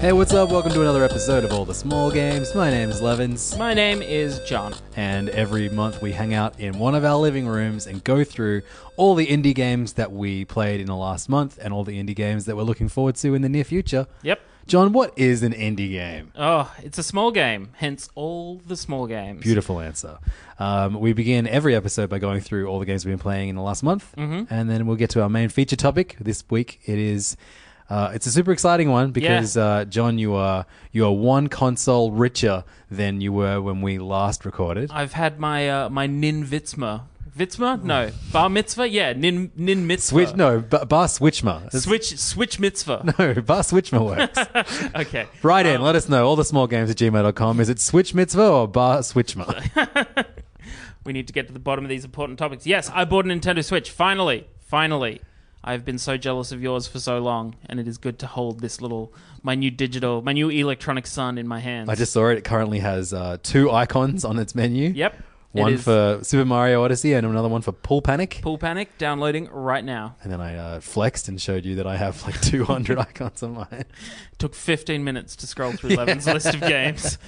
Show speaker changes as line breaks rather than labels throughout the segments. Hey, what's up? Welcome to another episode of All the Small Games. My name is Levins,
My name is John.
and every month we hang out in one of our living rooms and go through all the indie games that we played in the last month and all the indie games that we're looking forward to in the near future.
Yep.
John, what is an indie game?
Oh, it's a small game, hence all the small games.
Beautiful answer. Um, we begin every episode by going through all the games we've been playing in the last month,
Mm-hmm.
and then we'll get to our main feature topic. This week, it is uh, it's a super exciting one because uh, John, you are you are one console richer than you were when we last recorded.
I've had my uh, my nin vitzma. Vitzma? No. Bar mitzvah? Yeah, nin nin mitzvah.
Switch no, b- bar switchma. That's-
Switch switch mitzvah.
no, bar switchma works.
Okay.
Right in, let us know. All the small games at gmail.com. Is it switch mitzvah or bar switchma?
We need to get to the bottom of these important topics. Yes, I bought a Nintendo Switch. Finally. Finally. I've been so jealous of yours for so long, and it is good to hold this little my new digital my new electronic sun in my hands.
I just saw it. It currently has uh, two icons on its menu.
Yep. It
One
is
for Super Mario Odyssey and another one for Pool Panic.
Pool Panic downloading right now.
And then I uh, flexed and showed you that I have like 200 icons on mine.
took 15 minutes to scroll through Levin's list of games.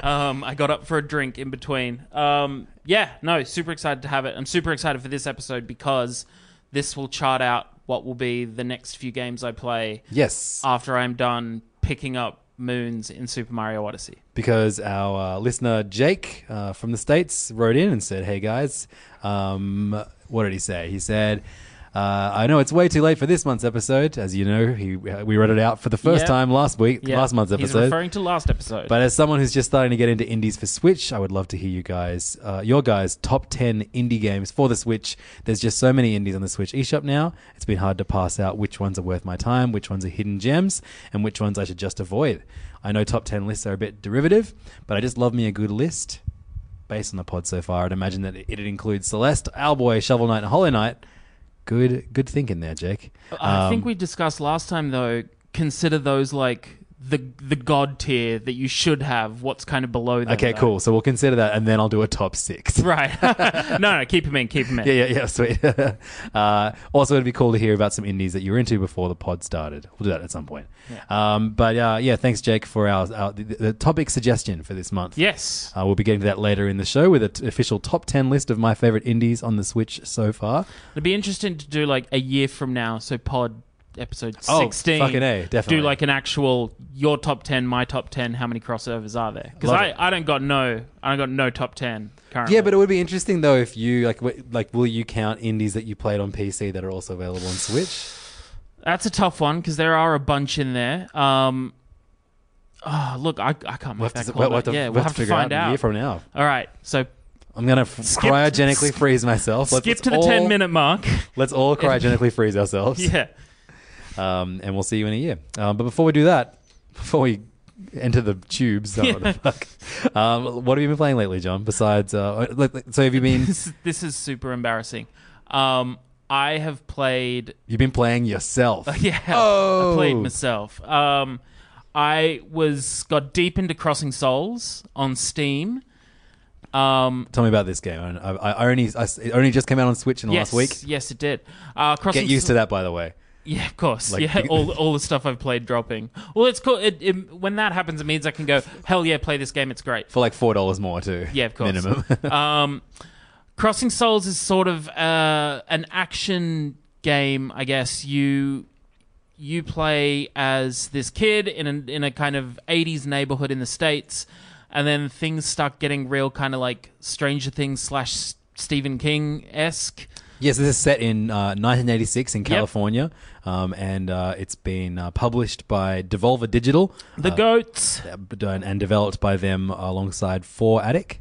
Um, I got up for a drink in between. Um, yeah, no, super excited to have it. I'm super excited for this episode because this will chart out what will be the next few games I play
Yes.
after I'm done picking up moons in Super Mario Odyssey.
because our uh, listener Jake uh, from the states wrote in and said, "Hey guys, um, what did he say? He said." Uh, I know it's way too late for this month's episode. As you know, he, we read it out for the first
Yeah.
time last week,
Yeah,
last month's
He's
episode.
referring to last episode.
But as someone who's just starting to get into indies for Switch, I would love to hear you guys, uh, your guys' top 10 indie games for the Switch. There's just so many indies on the Switch eShop now. It's been hard to pass out which ones are worth my time, which ones are hidden gems, and which ones I should just avoid. I know top 10 lists are a bit derivative, but I just love me a good list. Based on the pod so far, I'd imagine that it includes Celeste, Owlboy, Shovel Knight, and Hollow Knight. Good, good thinking there, Jake.
I
um,
think we discussed last time though. Consider those like the the god tier that you should have. What's kind of below that?
Okay, cool. So we'll consider that, and then I'll do a top six.
Right. no, no, keep him in. Keep him in.
Yeah, yeah, yeah, sweet. uh, also, it'd be cool to hear about some indies that you were into before the pod started. We'll do that at some point. Um, but uh, yeah, thanks, Jake, for our, our the, the topic suggestion for this month.
Yes.
Uh, we'll be getting to that later in the show with an official top 10 list of my favorite indies on the Switch so far.
It'd be interesting to do like a year from now, so pod episode
Oh,
16.
fucking A, definitely.
Do like an actual your top 10, my top 10, how many crossovers are there? Cuz
Love
I,
it.
I don't got no I don't got no top 10 currently.
Yeah, but it would be interesting, though, if you like, w- like, will you count indies that you played on PC that are also available on Switch?
that's a tough one cuz there are a bunch in there. Um Oh, look, I, I can't
We'll have
make that
to,
call.
we'll have
but
to-
yeah,
we'll
we'll
have to figure
find
out
out.
a year from now.
All right, so
I'm going to f-
Skip-
cryogenically freeze myself. Let's-
skip
let's
to the
all-
10 minute mark.
Let's all cryogenically freeze ourselves.
yeah.
um, and we'll see you in a year. Um, but before we do that, before we enter the tubes, oh, what the fuck, um, what have you been playing lately, John? Besides, uh, like- like- so have you been
This, this is super embarrassing. Um I have played
you've been playing yourself?
Yeah,
Oh.
I played myself. Um, I was got deep into Crossing Souls on Steam. Um,
Tell me about this game. I, I, I only I, it only just came out on Switch in the last
yes,
week.
yes, it did. Uh, Crossing
Get used to that, by the way.
Yeah, of course.
Like-
yeah, all, all the stuff I've played dropping. Well, it's cool. It, it, when that happens, it means I can go, hell yeah, play this game. It's great.
for like four dollars more too.
Yeah, of course.
minimum.
um, Crossing Souls is sort of uh, an action game, I guess. You you play as this kid in a, in a kind of 80s neighborhood in the states, and then things start getting real, kind of like Stranger Things slash Stephen King esque.
Yes, this is set in uh, 1986 in California, um, and uh, it's been uh, published by Devolver Digital
The goats.
uh, and and developed by them alongside Four Attic.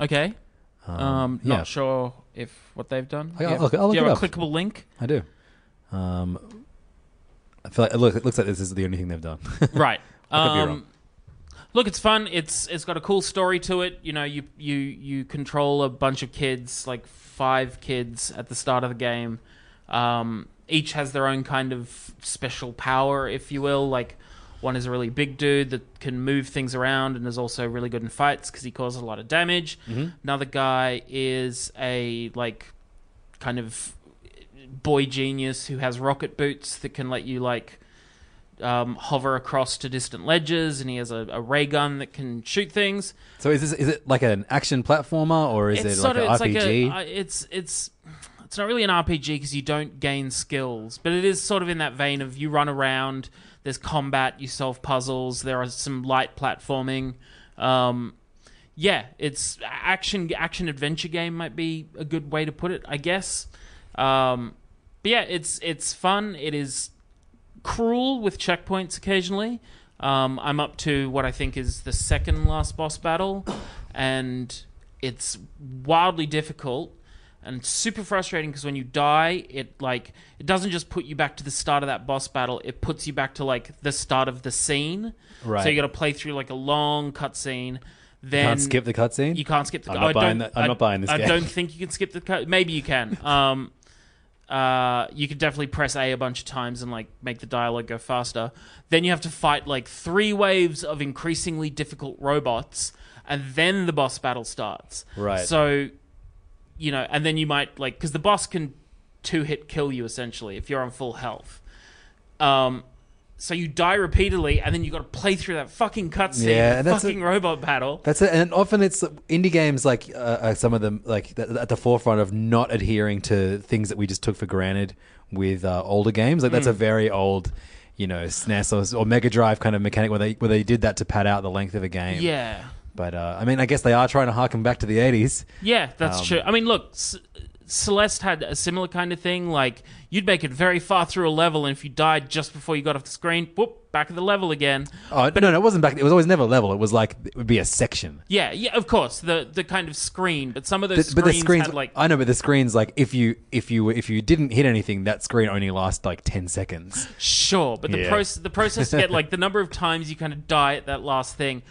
Okay. Um,
uh, yeah.
Not sure if what they've done.
I- I'll
Yeah.
look- I'll
Do you
look
have
it
a
up.
clickable link?
I do. Um, I feel like look, it looks like this is the only thing they've done.
right.
I could be wrong.
Um, look, it's fun. It's it's got a cool story to it. You know, you you you control a bunch of kids, like five kids at the start of the game. Um, each has their own kind of special power, if you will. Like one is a really big dude that can move things around and is also really good in fights because he causes a lot of damage.
Mm-hmm.
Another guy is a like kind of boy genius who has rocket boots that can let you like um, hover across to distant ledges, and he has a, a ray gun that can shoot things.
so is this is it like an action platformer or is it like
sorta-
an RPG?
Like a, uh, it's it's it's not really an RPG because you don't gain skills, but it is sort of in that vein of you run around. There's combat, you solve puzzles. There are some light platforming. Um, yeah, it's action action adventure game might be a good way to put it, I guess. Um, but yeah, it's it's fun. It is cruel with checkpoints occasionally. Um, I'm up to what I think is the second last boss battle, and it's wildly difficult and super frustrating because when you die, it like it doesn't just put you back to the start of that boss battle; it puts you back to like the start of the scene.
Right.
So you got to play through like a long cutscene. Then
can't skip the cutscene.
you can't skip the.
I'm
cut.
not
I
buying
don't-
that- I'm
I-
not buying this
I
game.
don't think you can skip the cut. Maybe you can. Um, uh, you could definitely press A a bunch of times and like make the dialogue go faster. Then you have to fight like three waves of increasingly difficult robots, and then the boss battle starts.
Right.
So, you know, and then you might like because the boss can two hit kill you essentially if you're on full health. Um. So you die repeatedly, and then you got to play through that fucking cutscene,
Yeah,
the
that's a-
fucking robot battle.
That's it, and often it's indie games like uh, uh, some of them like th- at the forefront of not adhering to things that we just took for granted with uh, older games. Like
Hmm.
that's a very old, you know, SNES or, or Mega Drive kind of mechanic where they where they did that to pad out the length of a game.
Yeah,
But uh, I mean, I guess they are trying to harken back to the '80s.
yeah, that's true.
Um,
I mean, look, C- Celeste had a similar kind of thing. Like you'd make it very far through a level, and if you died just before you got off the screen, whoop, back at the level again.
Oh no, no, it wasn't back. It was always never level. It was like it would be a section.
Yeah, yeah, of course, the the kind of screen. But some of those
but
screens,
the screens,
had like
I know, but the screens, like if you if you if you didn't hit anything, that screen only lasts like ten seconds.
Sure, but the
Yeah.
process the process to get like the number of times you kind of die at that last thing.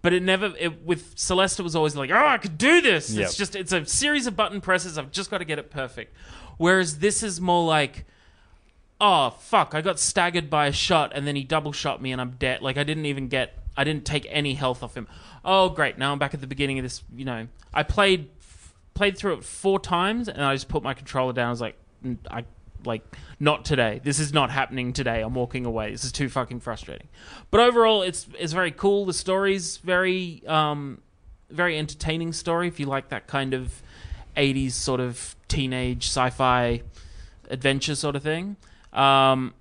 But it never it, with Celeste it was always like, oh, I could do this.
Yep.
It's just it's a series of button presses. I've just got to get it perfect. Whereas this is more like, oh fuck, I got staggered by a shot and then he double shot me and I'm dead. Like I didn't even get I didn't take any health off him. Oh great, now I'm back at the beginning of this. You know, I played played through it four times and I just put my controller down. I was like, "N- I like not today. This is not happening today. I'm walking away. This is too fucking frustrating. But overall, it's it's very cool. The story's very um very entertaining story if you like that kind of 80s sort of teenage sci-fi adventure sort of thing. Um,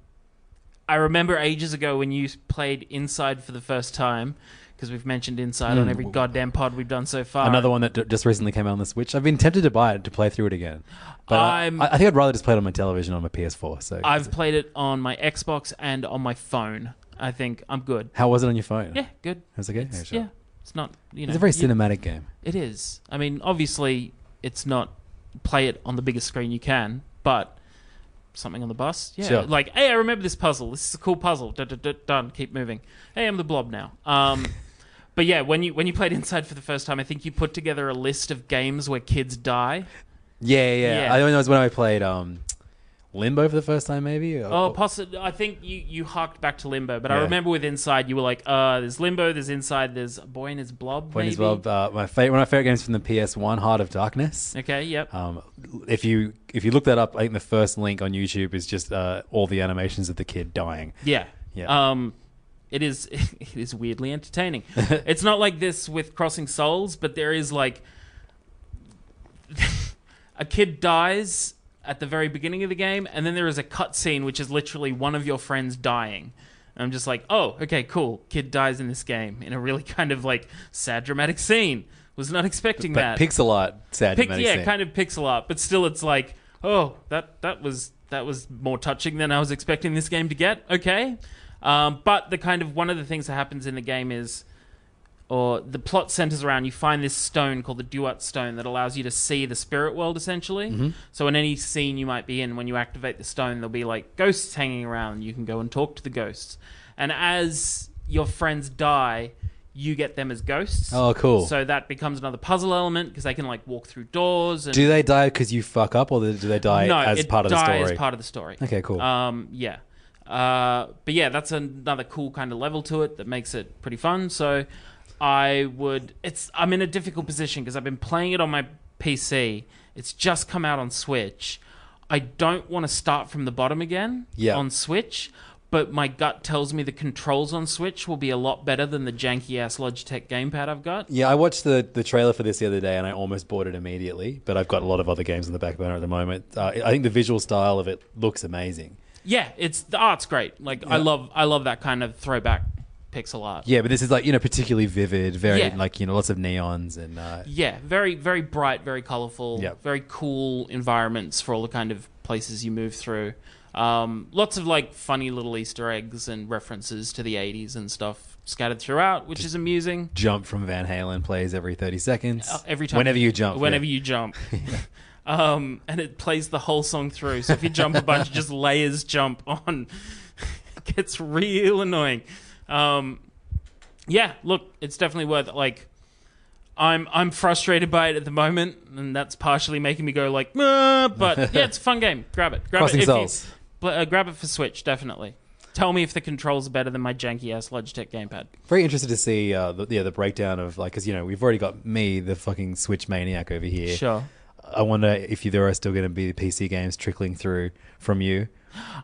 I remember ages ago when you played Inside for the first time because we've mentioned Inside on every goddamn pod we've done so far.
Hmm. Another one that d- just recently came out on the Switch. I've been tempted to buy it to play through it again, but I-
I'm-
I, I think I'd rather just play it on my television on my PS4. So,
I've played it on my Xbox and on my phone. I think I'm good.
how was it on your phone?
Yeah, good.
it was okay. Yeah, sure.
Yeah, it's not. You know,
It's a very
you-
cinematic game.
It is. I mean, obviously, it's not play it on the biggest screen you can, but something on the bus. Yeah.
Sure.
Like, hey, I remember this puzzle. This is a cool puzzle. Dun, dun, dun, dun. Keep moving. Hey, I'm the blob now. Um, but yeah, when you when you played Inside for the first time, I think you put together a list of games where kids die.
Yeah, yeah.
Yeah.
I don't know. It was when I played. Um, Limbo for the first time, maybe. Or-
Oh,
or-
possi- I think you, you harked back to Limbo, but I
Yeah.
remember with Inside, you were like, uh, there's Limbo, there's Inside, there's Boy and His Blob.
When
maybe?
as well, uh, my favorite, one of my favorite games from the PS1, Heart of Darkness.
Okay, yep.
Um, if you if you look that up, I think the first link on YouTube is just uh, all the animations of the kid dying.
Yeah.
Yeah.
Um, it is it is weirdly entertaining. it's not like this with Crossing Souls, but there is like a kid dies at the very beginning of the game, and then there is a cutscene which is literally one of your friends dying. And I'm just like, oh, okay, cool. Kid dies in this game in a really kind of like sad dramatic scene. Was not expecting
But
that.
pixel art, sad.
Pic- yeah, kind of pixel art, but still, it's like, oh, that that was that was more touching than I was expecting this game to get. Okay, um, but the kind of one of the things that happens in the game is, or the plot centers around you find this stone called the Duat Stone that allows you to see the spirit world essentially.
Mm-hmm.
So in any scene you might be in, when you activate the stone, there'll be like ghosts hanging around. You can go and talk to the ghosts, and as your friends die. You get them as ghosts.
Oh, cool.
So that becomes another puzzle element because they can like walk through doors and
Do they die because you fuck up, or do they die
no,
as
it
part of the
die
story?
As part of the story.
Okay, cool.
Um, yeah, uh, but yeah, that's another cool kind of level to it that makes it pretty fun. So I would. It's I'm in a difficult position because I've been playing it on my PC. It's just come out on Switch. I don't want to start from the bottom again
Yeah.
on Switch, but my gut tells me the controls on Switch will be a lot better than the janky ass Logitech gamepad I've got.
yeah, I watched the, the trailer for this the other day, and I almost bought it immediately. But I've got a lot of other games on the back burner at the moment. Uh, I think the visual style of it looks amazing.
Yeah, it's the art's great. Like I love I love that kind of throwback pixel art.
Yeah, but this is like you know particularly vivid, very
Yeah.
like you know lots of neons and uh,
Yeah, very very bright, very colorful,
Yep.
very cool environments for all the kind of places you move through. Um, lots of like funny little Easter eggs and references to the '80s and stuff scattered throughout, which is amusing.
jump from Van Halen plays every thirty seconds.
Uh, Every time,
whenever you jump,
whenever
yeah.
you jump, um, and it plays the whole song through. So if you jump a bunch, it just layers jump on. it gets real annoying. Um, yeah, look, it's definitely worth it. like. I'm I'm frustrated by it at the moment, and that's partially making me go like, "Ah," but yeah, it's a fun game. Grab it, grab
Crossing
it. if you-
Souls.
Bl- uh, grab it for Switch, definitely. Tell me if the controls are better than my janky ass Logitech gamepad.
very interested to see uh, the, yeah the breakdown of like because you know we've already got me the fucking Switch maniac over here.
Sure.
I wonder if you, there are still going to be PC games trickling through from you.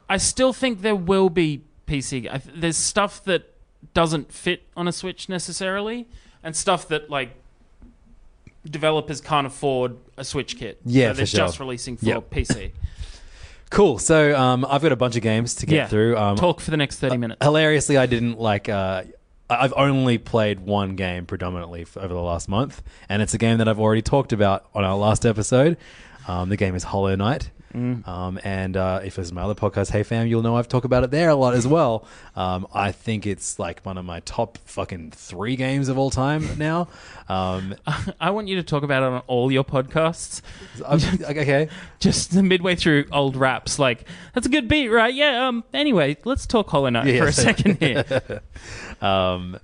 I still think there will be PC. g- I th- There's stuff that doesn't fit on a Switch necessarily, and stuff that like developers can't afford a Switch kit.
Yeah,
so they're
for sure.
just releasing for
Yep.
PC.
Cool. So um, I've got a bunch of games to get
yeah,
through. Um,
talk for the next thirty minutes.
hilariously, I didn't like. Uh, I- I've only played one game predominantly f over the last month, and it's a game that I've already talked about on our last episode. Um, the game is Hollow Knight. Um, and uh, if it's my other podcast, Hey Fam, you'll know I've talked about it there a lot as well. Um, I think it's like one of my top fucking three games of all time now. Um,
I want you to talk about it on all your podcasts.
I'm- okay.
Just midway through old raps, like that's a good beat, right? Yeah. Um. Anyway, let's talk Hollow Knight
Yeah,
for
yeah.
a second here.
Um,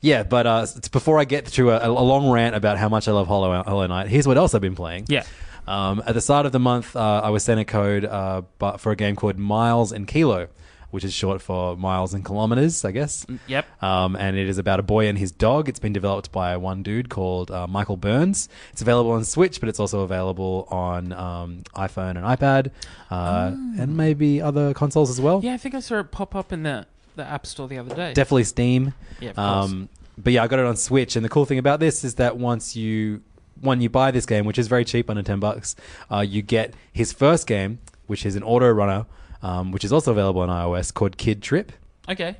yeah, but uh, s- before I get to a, a long rant about how much I love Hollow, Hollow Knight, here's what else I've been playing.
Yeah.
Um, at the start of the month, uh, I was sent a code uh, bu- for a game called Miles and Kilo, which is short for miles and kilometers, I guess.
Mm, yep.
Um, and it is about a boy and his dog. It's been developed by one dude called uh, Michael Burns. It's available on Switch, but it's also available on um, iPhone and iPad, uh,
Ah.
and maybe other consoles as well
yeah, I think I saw it pop up in the the app store the other day.
definitely Steam. Um,
Yeah, of course.
but yeah, I got it on Switch, and the cool thing about this is that once you when you buy this game, which is very cheap, under ten bucks, uh, you get his first game, which is an auto runner, um, which is also available on iOS, called Kid Trip.
okay.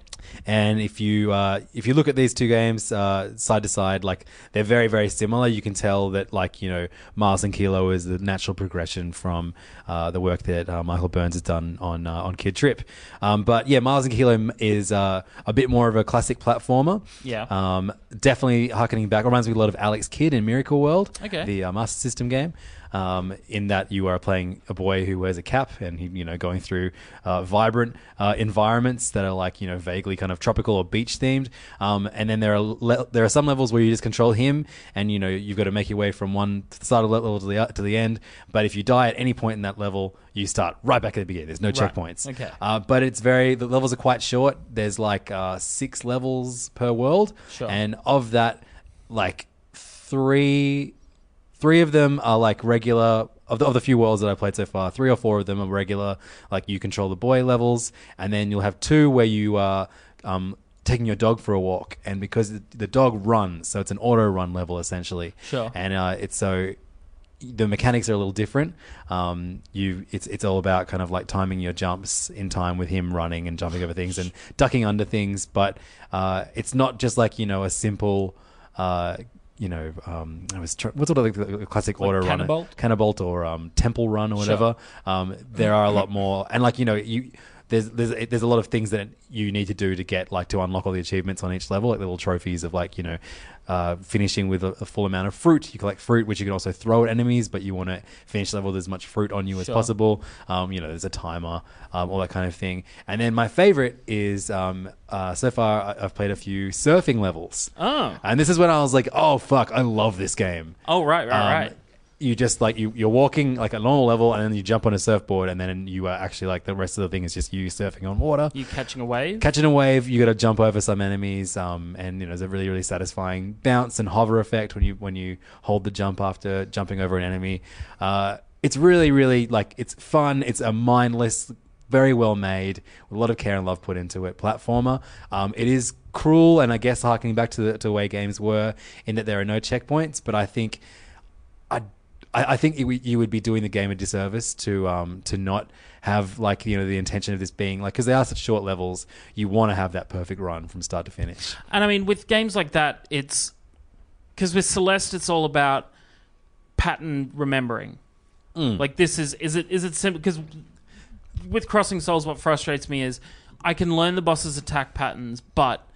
And if you uh, if you look at these two games uh, side to side, like they're very very similar. You can tell that like you know Mars and Kilo is the natural progression from uh, the work that uh, Michael Burns has done on uh, on Kid Trip. Um, but yeah, Mars and Kilo m- is uh, a bit more of a classic platformer.
Yeah.
Um, definitely harkening back reminds me a lot of Alex Kidd in Miracle World.
Okay.
The uh, Master System game. Um, in that you are playing a boy who wears a cap and he, you know, going through uh, vibrant uh, environments that are like you know vaguely kind of tropical or beach themed. Um, and then there are le- there are some levels where you just control him, and you know you've got to make your way from one side of the level to the uh, to the end. But if you die at any point in that level, you start right back at the beginning. There's no checkpoints.
Okay.
Uh, but it's very the levels are quite short. There's like uh, six levels per world,
Sure.
and of that, like three three of them are like regular of the, of the few worlds that I played so far. Three or four of them are regular, like you control the boy levels, and then you'll have two where you are um, taking your dog for a walk, and because the, the dog runs, so it's an auto run level essentially.
Sure.
And uh, it's so the mechanics are a little different. Um, you, it's it's all about kind of like timing your jumps in time with him running and jumping over things and ducking under things. But uh, it's not just like you know a simple, uh, you know, um, I was tr- what's all the, the classic auto runner,
Cannonbolt?
Cannabolt or um, Temple Run or whatever. Um, there are a
Mm-hmm.
lot more, and like you know you. There's, there's there's a lot of things that you need to do to get like to unlock all the achievements on each level, like little trophies of like you know uh, finishing with a, a full amount of fruit. You collect fruit, which you can also throw at enemies, but you want to finish the level with as much fruit on you as possible. Um, you know, there's a timer, um, all that kind of thing. And then my favorite is um, uh, so far I- I've played a few surfing levels.
Oh.
and this is when I was like, oh fuck, I love this game.
Oh, right, right,
Um,
right.
You just like you, you're walking like a normal level, and then you jump on a surfboard, and then you are actually like the rest of the thing is just you surfing on water,
You catching a wave?
catching a wave. You got to jump over some enemies, um, and you know there's a really really satisfying bounce and hover effect when you when you hold the jump after jumping over an enemy. Uh, it's really really like it's fun. It's a mindless, very well made, with a lot of care and love put into it. Platformer. Um, it is cruel, and I guess harkening back to the to the way games were in that there are no checkpoints, but I think. I, I I think it, would- you would be doing the game a disservice to um to not have like you know the intention of this being like because they are such short levels. You want to have that perfect run from start to finish.
And I mean, with games like that, it's because with Celeste, it's all about pattern remembering. Like this is is it is it simple? Because with Crossing Souls, what frustrates me is I can learn the boss's attack patterns, but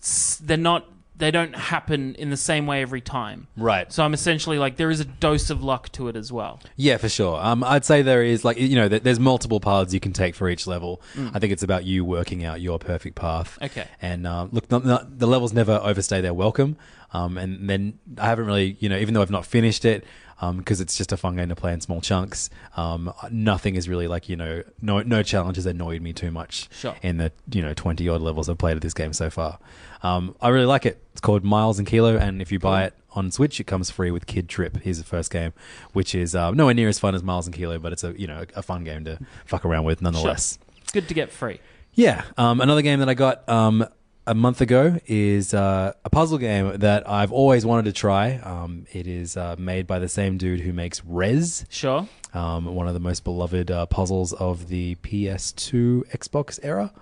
s- they're not they don't happen in the same way every time.
Right.
So I'm essentially like there is a dose of luck to it as well.
Yeah, for sure. Um, I'd say there is like you know th- there's multiple paths you can take for each level. I think it's about you working out your perfect path.
Okay.
And uh, look, not, not, the levels never overstay their welcome. Um, and then I haven't really you know even though I've not finished it. Because it's just a fun game to play in small chunks. Um, nothing is really like you know, no no challenge has annoyed me too much
Sure.
in the you know twenty odd levels I've played of this game so far. Um, I really like it. It's called Miles and Kilo, and if you buy it on Switch, it comes free with Kid Trip. Here's the first game, which is uh, nowhere near as fun as Miles and Kilo, but it's a you know a fun game to fuck around with nonetheless.
It's good to get free.
Yeah. Um, another game that I got um, a month ago is uh, a puzzle game that I've always wanted to try. Um, it is uh, made by the same dude who makes Rez
Sure.
um, one of the most beloved uh, puzzles of the PS2 Xbox era.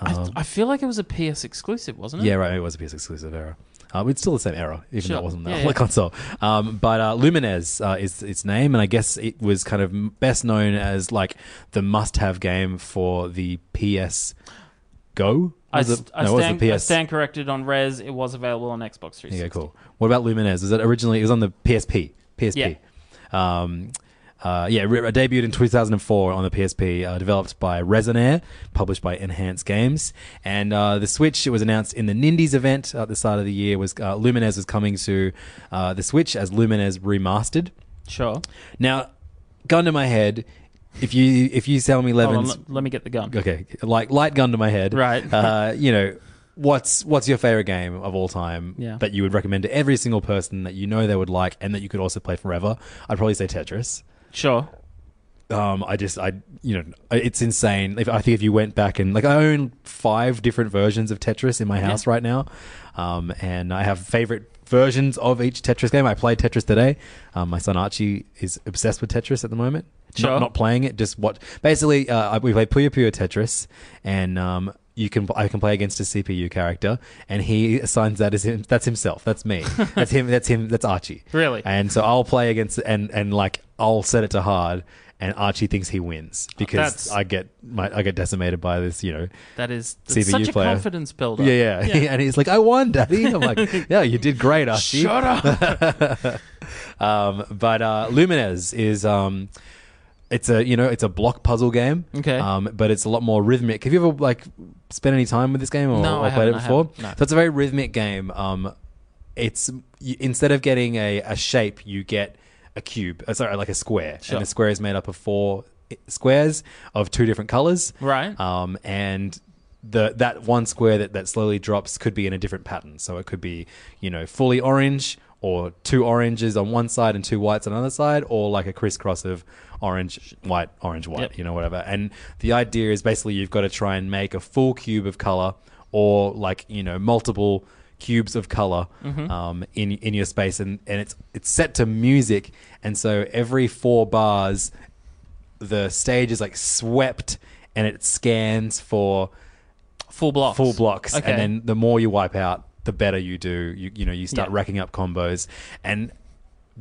I, I feel like it was a PS exclusive, wasn't it?
Yeah, right. It was a PS exclusive era. Um, it's still the same era, even though
Mm-hmm. Sure.
it wasn't
Yeah,
the
yeah.
whole console. Um, but uh, Lumines uh, is its name, and I guess it was kind of m- best known as like the must-have game for the PS Go.
I,
Was it-
st- I,
no, it was
stand,
the
I
PS.
stand corrected on Res. It was available on Xbox 360.
Yeah, cool. What about Lumines? Was it originally? It was on the PSP. PSP. Um, uh, yeah, re- re- debuted in 2004 on the PSP, uh, developed by Resonair, published by Enhance Games, and uh, the Switch. It was announced in the Nindies event at the start of the year. Was uh, Lumines was coming to uh, the Switch as Lumines remastered.
Sure.
Now, gun to my head, if you if you sell me
Hold on,
Levins,
let- let me get the gun.
okay, like light gun to my head,
Right.
Uh, you know, what's what's your favorite game of all time
Yeah.
that you would recommend to every single person that you know they would like and that you could also play forever? I'd probably say Tetris.
Sure.
Um, I just, I, you know, it's insane. If I think if you went back and like, I own five different versions of Tetris in my house right now, um, and I have favorite versions of each Tetris game. I played Tetris today. Um, my son Archie is obsessed with Tetris at the moment.
Sure.
Not, not playing it, just what. Basically, uh, I- we play Puyo Puyo Tetris, and um, you can I can play against a CPU character, and he assigns that as him. That's himself. That's me. that's him. That's him. That's Archie.
Really?
And so I'll play against and and like I'll set it to hard, and Archie thinks he wins because
Oh, That's-
I get my I get decimated by this, you know.
That is that's
CBU
such a
player.
confidence builder.
Yeah, yeah. and he's like, I won, Daddy. I'm like, yeah, you did great, Archie.
Shut up.
Um, but uh, Lumines is um, it's a you know it's a block puzzle game.
Okay.
Um, but it's a lot more rhythmic. Have you ever like spent any time with this game or,
No,
or
I
played
haven't,
it
I
before?
haven't. No.
So it's a very rhythmic game. Um, it's you, instead of getting a, a shape, you get a cube. Uh, sorry, like a square,
Sure.
and the square is made up of four i- squares of two different colors.
Right.
Um, and the that one square that, that slowly drops could be in a different pattern. So it could be, you know, fully orange or two oranges on one side and two whites on another side, or like a crisscross of orange, white, orange, white,
Yep.
you know, whatever. And the idea is basically you've got to try and make a full cube of color or like, you know, multiple cubes of color um, in in your space and, and it's it's set to music and so every four bars the stage is like swept and it scans for
Full blocks.
full blocks
Okay.
and then the more you wipe out the better you do you, you know you start
Yeah.
racking up combos and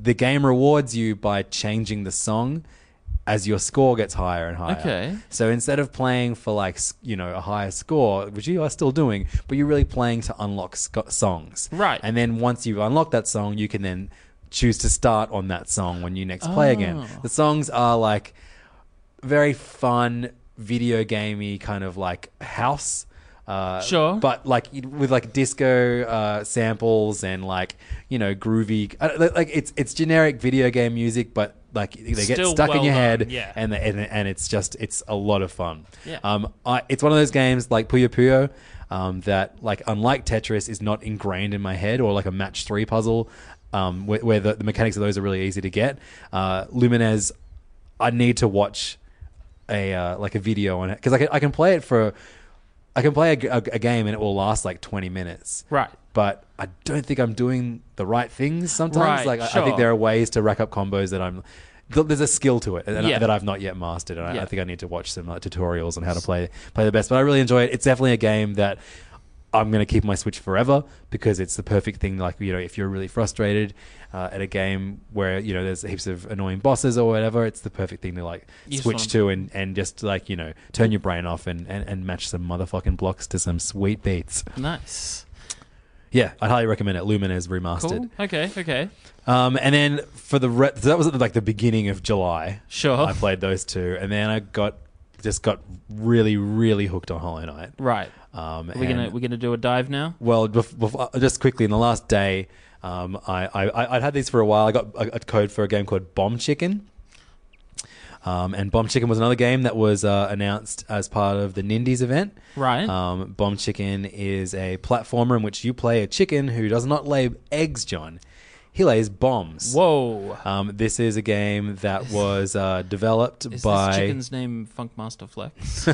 the game rewards you by changing the song as your score gets higher and higher
Okay.
so instead of playing for like s- you know a higher score which you are still doing but you're really playing to unlock sc- songs
Right.
and then once you unlock that song you can then choose to start on that song when you next play again
Oh.
the songs are like very fun video gamey kind of like house. Uh,
Sure.
but like you- with like disco uh, samples and like you know groovy, I don't- like it's it's generic video game music, but like they get
Still
stuck in
well
your head,
done, yeah.
and, and and it's just it's a lot of fun.
Yeah.
Um, I, it's one of those games like Puyo Puyo, um, that like unlike Tetris is not ingrained in my head or like a match three puzzle, um, where, where the, the mechanics of those are really easy to get. Uh, Lumines, I need to watch a uh, like a video on it because I can I can play it for I can play a, g- a- a game and it will last like twenty minutes.
Right.
But I don't think I'm doing the right things sometimes.
Right,
like I- I
sure.
think there are ways to rack up combos that I'm. th- There's a skill to it and I-
Yeah.
that I've not yet mastered, and I,
Yeah.
I think I need to watch some like, tutorials on how to play play the best. But I really enjoy it. It's definitely a game that I'm going to keep my Switch forever because it's the perfect thing. Like you know, if you're really frustrated uh, at a game where you know there's heaps of annoying bosses or whatever, it's the perfect thing to like
Use
switch
one.
to and and just like you know turn your brain off and and, and match some motherfucking blocks to some sweet beats.
nice.
Yeah, I'd highly recommend it. Lumen is remastered.
Cool. Okay. Okay.
Um, and then for the re- so that was at like the beginning of July.
Sure.
I played those two, and then I got just got really really hooked on Hollow Knight.
Right.
Um,
we're gonna
and-
we're gonna do a dive now.
well, bef- bef- uh, just quickly in the last day, um, I, I I- I'd had these for a while. I got a, a code for a game called Bomb Chicken. Um, and Bomb Chicken was another game that was uh, announced as part of the Nindies event.
Right.
Um, Bomb Chicken is a platformer in which you play a chicken who does not lay eggs, John. He lays bombs.
Whoa.
Um, this is a game that was uh, developed
Is
by
this chicken's name Funkmaster Flex?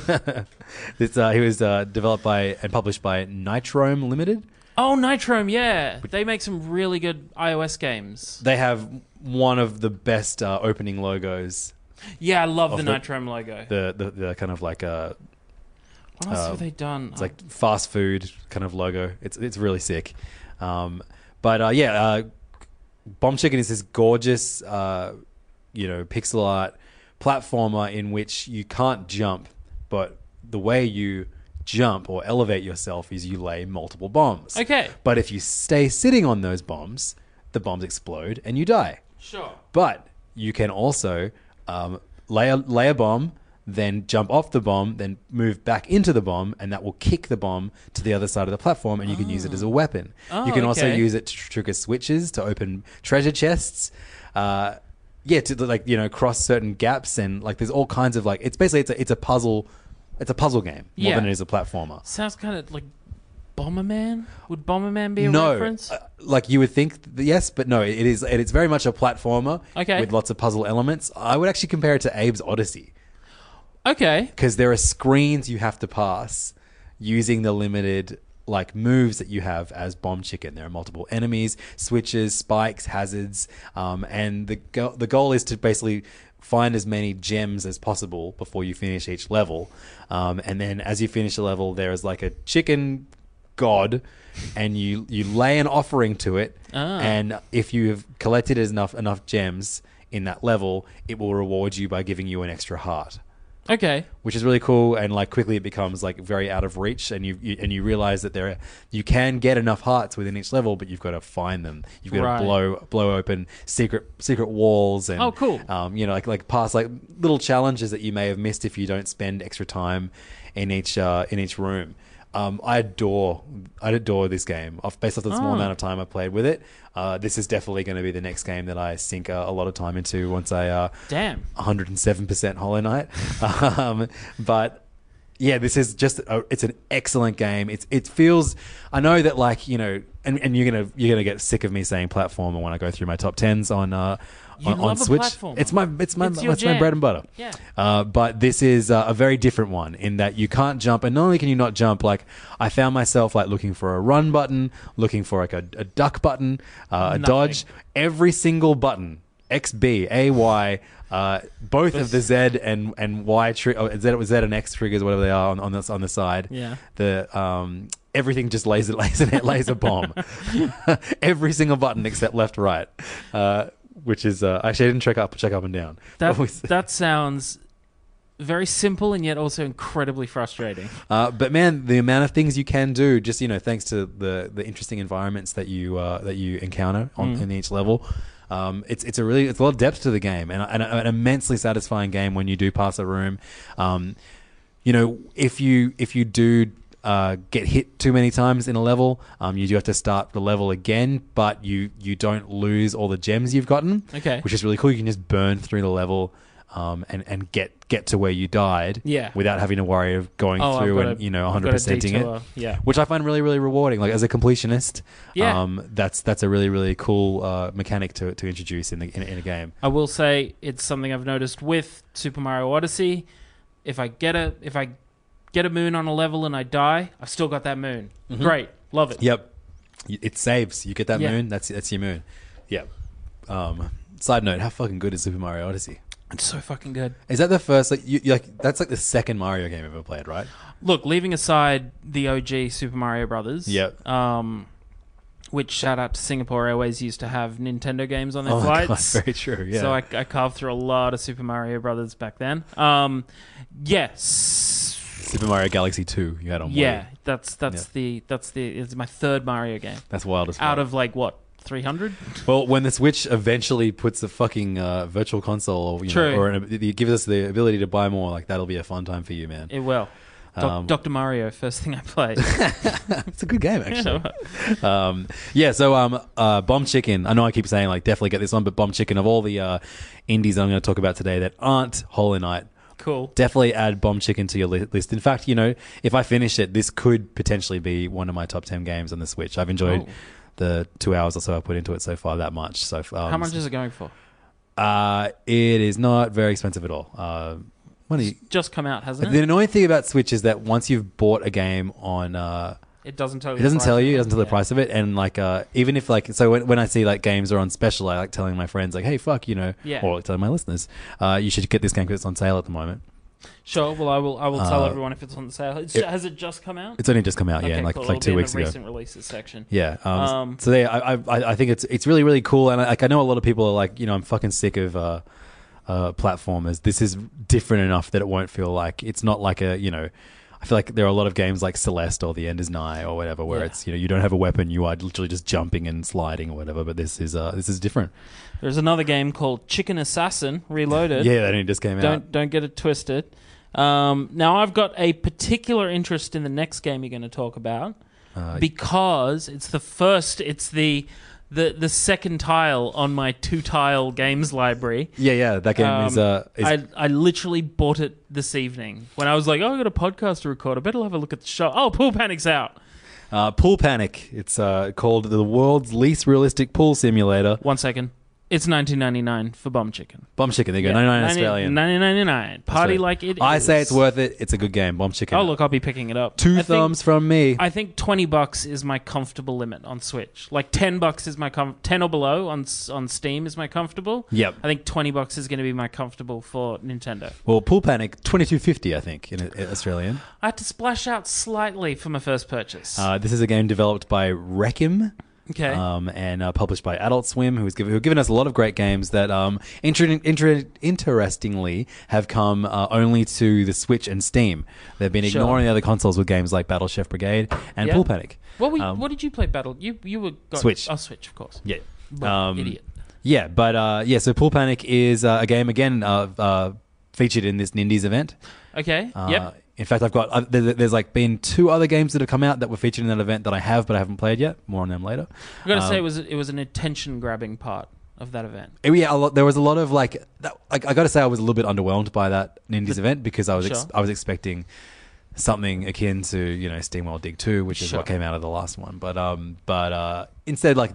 It's, uh, it was uh, developed by and published by Nitrome Limited.
oh, Nitrome. Yeah, they make some really good iOS games.
They have one of the best uh, opening logos.
Yeah, I love the,
the-
Nitrome logo.
The the, the kind of like uh
what else have they done?
um, it's like fast food kind of logo. It's it's really sick. Um, but uh, yeah, uh, Bomb Chicken is this gorgeous, uh, you know, pixel art platformer in which you can't jump, but the way you jump or elevate yourself is you lay multiple bombs.
Okay.
But if you stay sitting on those bombs, the bombs explode and you die.
sure.
But you can also um, lay, a, lay a bomb, then jump off the bomb, then move back into the bomb, and that will kick the bomb to the other side of the platform, and you can use it as a weapon. you can also
Ah. Oh, okay.
use it to tr- trigger switches to open treasure chests. Uh, yeah, to like you know cross certain gaps and like there's all kinds of like it's basically it's a it's a puzzle, it's a puzzle game more
Yeah.
than it is a platformer.
Sounds kind of like Bomberman. Would Bomberman be a
no,
reference?
uh, like you would think, th- yes, but no. It is. It is very much a platformer
Okay.
with lots of puzzle elements. I would actually compare it to Abe's Odyssey
okay.
because there are screens you have to pass using the limited like moves that you have as bomb chicken. There are multiple enemies, switches, spikes, hazards, um, and the go- the goal is to basically find as many gems as possible before you finish each level. Um, and then as you finish a level, there is like a chicken god and you you lay an offering to it and if you have collected enough enough gems in that level, it will reward you by giving you an extra heart
Okay.
which is really cool. And like quickly, it becomes like very out of reach, and you, you and you realize that there you can get enough hearts within each level, but you've got to find them. You've got
Right.
to blow blow open secret secret walls and
Oh, cool.
Um, you know, like like past like little challenges that you may have missed if you don't spend extra time in each uh, in each room. Um, I adore, I adore this game. Off based off the small amount of time I played with it, uh, this is definitely going to be the next game that I sink uh, a lot of time into once I uh,
Damn.
107% Hollow Knight. Um, but yeah, this is just a, it's an excellent game. It's it feels I know that like, you know, and, and you're going to you're going to get sick of me saying platformer when I go through my top 10s on uh
You
on, on
love a
Switch.
platformer.
It's my it's my
It's your
it's my
jam.
bread and butter.
Yeah.
Uh, but this is uh, a very different one in that you can't jump, and not only can you not jump, like I found myself like looking for a run button, looking for like a, a duck button, uh, a dodge. Every single button, X B A Y, uh, both of the Z and and Y tri- oh, Z Z and X triggers, whatever they are on on the on the side.
Yeah.
The um. Everything just laser, laser, laser bomb. Every single button except left, right, uh, which is uh, actually I didn't check up, check up and down.
That
But we-
that sounds very simple and yet also incredibly frustrating.
Uh, but man, the amount of things you can do, just you know, thanks to the the interesting environments that you uh, that you encounter
Mm.
on in each level, um, it's it's a really it's a lot of depth to the game, and, and an immensely satisfying game when you do pass a room. Um, you know, if you if you do. Uh, get hit too many times in a level. Um, you do have to start the level again, but you you don't lose all the gems you've gotten.
Okay.
which is really cool. You can just burn through the level, um, and and get get to where you died.
Yeah.
without having to worry of going
Oh, I've
through
got
and
a-
you know
I've
100
got a
percenting
detour.
it
Yeah.
which i find really really rewarding like as a completionist
Yeah.
um that's that's a really really cool uh mechanic to to introduce in the in, in a game
I will say it's something I've noticed with Super Mario Odyssey. If I get a if I get a moon on a level and I die, I've still got that moon.
Mm-hmm.
Great. Love it.
yep Y- it saves you get that
Yeah.
moon that's that's your moon yep um side note how fucking good is super mario odyssey
It's so fucking good.
is that the first like you you- like that's like the second mario game i've ever played right
Look, leaving aside the OG Super Mario Brothers.
Yep.
Um which shout out to Singapore Airways used to have Nintendo games on their
Oh my God,
flights.
very true, yeah.
So I, I carved through a lot of Super Mario Brothers back then. Um, yes.
super mario galaxy 2 you had on Wii.
Yeah, that's that's
Yeah.
the that's the it's my third Mario game.
that's wild as fuck.
Out of like what three hundred?
Well, when the Switch eventually puts a fucking uh, virtual console, or, you
True.
know, or an, it gives us the ability to buy more, like that'll be a fun time for you, man.
It will.
Um,
Doctor Mario, first thing I played.
It's a good game, actually. um, yeah. So, um, uh, Bomb Chicken. I know I keep saying like definitely get this one, but Bomb Chicken of all the uh, indies I'm going to talk about today that aren't Hollow Knight,
cool.
definitely add Bomb Chicken to your li- list. In fact, you know, if I finish it, this could potentially be one of my top ten games on the Switch. I've enjoyed.
Oh.
The two hours or so I put into it so far, that much. So, um,
How much is it going for?
Uh, it is not very expensive at all. Uh, what do you-
Just come out, hasn't
the
it?
annoying thing about Switch is that once you've bought a game on, uh,
It doesn't tell you.
it doesn't
the price
tell
of
you,
it.
it doesn't tell the
Yeah.
price of it, and like uh, even if like so when, when I see like games are on special, I like telling my friends like, hey, fuck, you know,
Yeah.
or like telling my listeners, uh, you should get this game because it's on sale at the moment.
Sure. Well, I will. I will tell
Uh,
everyone if it's on sale. It's,
it-
has it just come out?
It's only just come out, yeah,
Okay,
in, like
cool.
like
It'll
two
be
weeks
in the
ago.
Recent releases section.
Yeah. Um,
Um,
so there, I, I, I think it's it's really really cool, and I, like I know a lot of people are like, you know, I'm fucking sick of uh, uh, platformers. This is different enough that it won't feel like it's not like a you know. I feel like there are a lot of games like Celeste or The End Is Nigh or whatever, where
Yeah.
it's you know you don't have a weapon, you are literally just jumping and sliding or whatever. But this is uh, this is different.
There's another game called Chicken Assassin Reloaded.
Yeah, that only just came out.
Don't don't get it twisted. Um, now I've got a particular interest in the next game you're going to talk about
Uh,
because it's the first. It's the the the second tile on my two tile games library.
Yeah, yeah, that game is.
Um,
Uh, is
I, I literally bought it this evening when I was like, oh, I got a podcast to record. I better have a look at the show. Oh, Pool Panic's out.
uh, Pool Panic. It's uh, called the world's least realistic pool simulator.
One second. It's 1999 for Bum Chicken.
Bomb Chicken. There you
Yeah,
go. No, no,
90-
Australian.
1999. Party
Sweet.
like it.
I say
is.
it's worth it. It's a good game. Bomb Chicken.
Oh, look, I'll be picking it up. I
Two
think-
thumbs from me.
I think twenty bucks is my comfortable limit on Switch. Like ten bucks is my com- ten or below on S- on Steam is my comfortable.
Yep.
I think twenty bucks is going to be my comfortable for Nintendo.
well, Pool Panic, twenty two fifty, I think, in, in Australian.
I had to splash out slightly for my first purchase.
Uh, this is a game developed by Rekim,
Okay.
um, and uh, published by Adult Swim, who has given, who have given us a lot of great games that, um, inter- inter- interestingly, have come uh, only to the Switch and Steam. They've been
Sure.
ignoring the other consoles with games like Battle Chef Brigade and
Yeah.
Pool Panic.
What were you,
Um,
what did you play battle? You you were got,
Switch.
Oh, Switch, of course.
Yeah. Um,
Well, idiot.
Yeah, but uh, yeah, so Pool Panic is uh, a game again uh, uh, featured in this Nindies event.
Okay.
Uh,
yep.
In fact, I've got uh, there, there's like been two other games that have come out that were featured in that event that I have, but I haven't played yet. More on them later.
I gotta
um,
say it was it was an attention grabbing part of that event.
Uh, Yeah, a lot, there was a lot of like, that, like I got to say, I was a little bit underwhelmed by that Nindies event because I was ex-
Sure.
I was expecting something akin to you know Steamworld Dig Two, which is
Sure.
what came out of the last one. But um, but uh, instead, like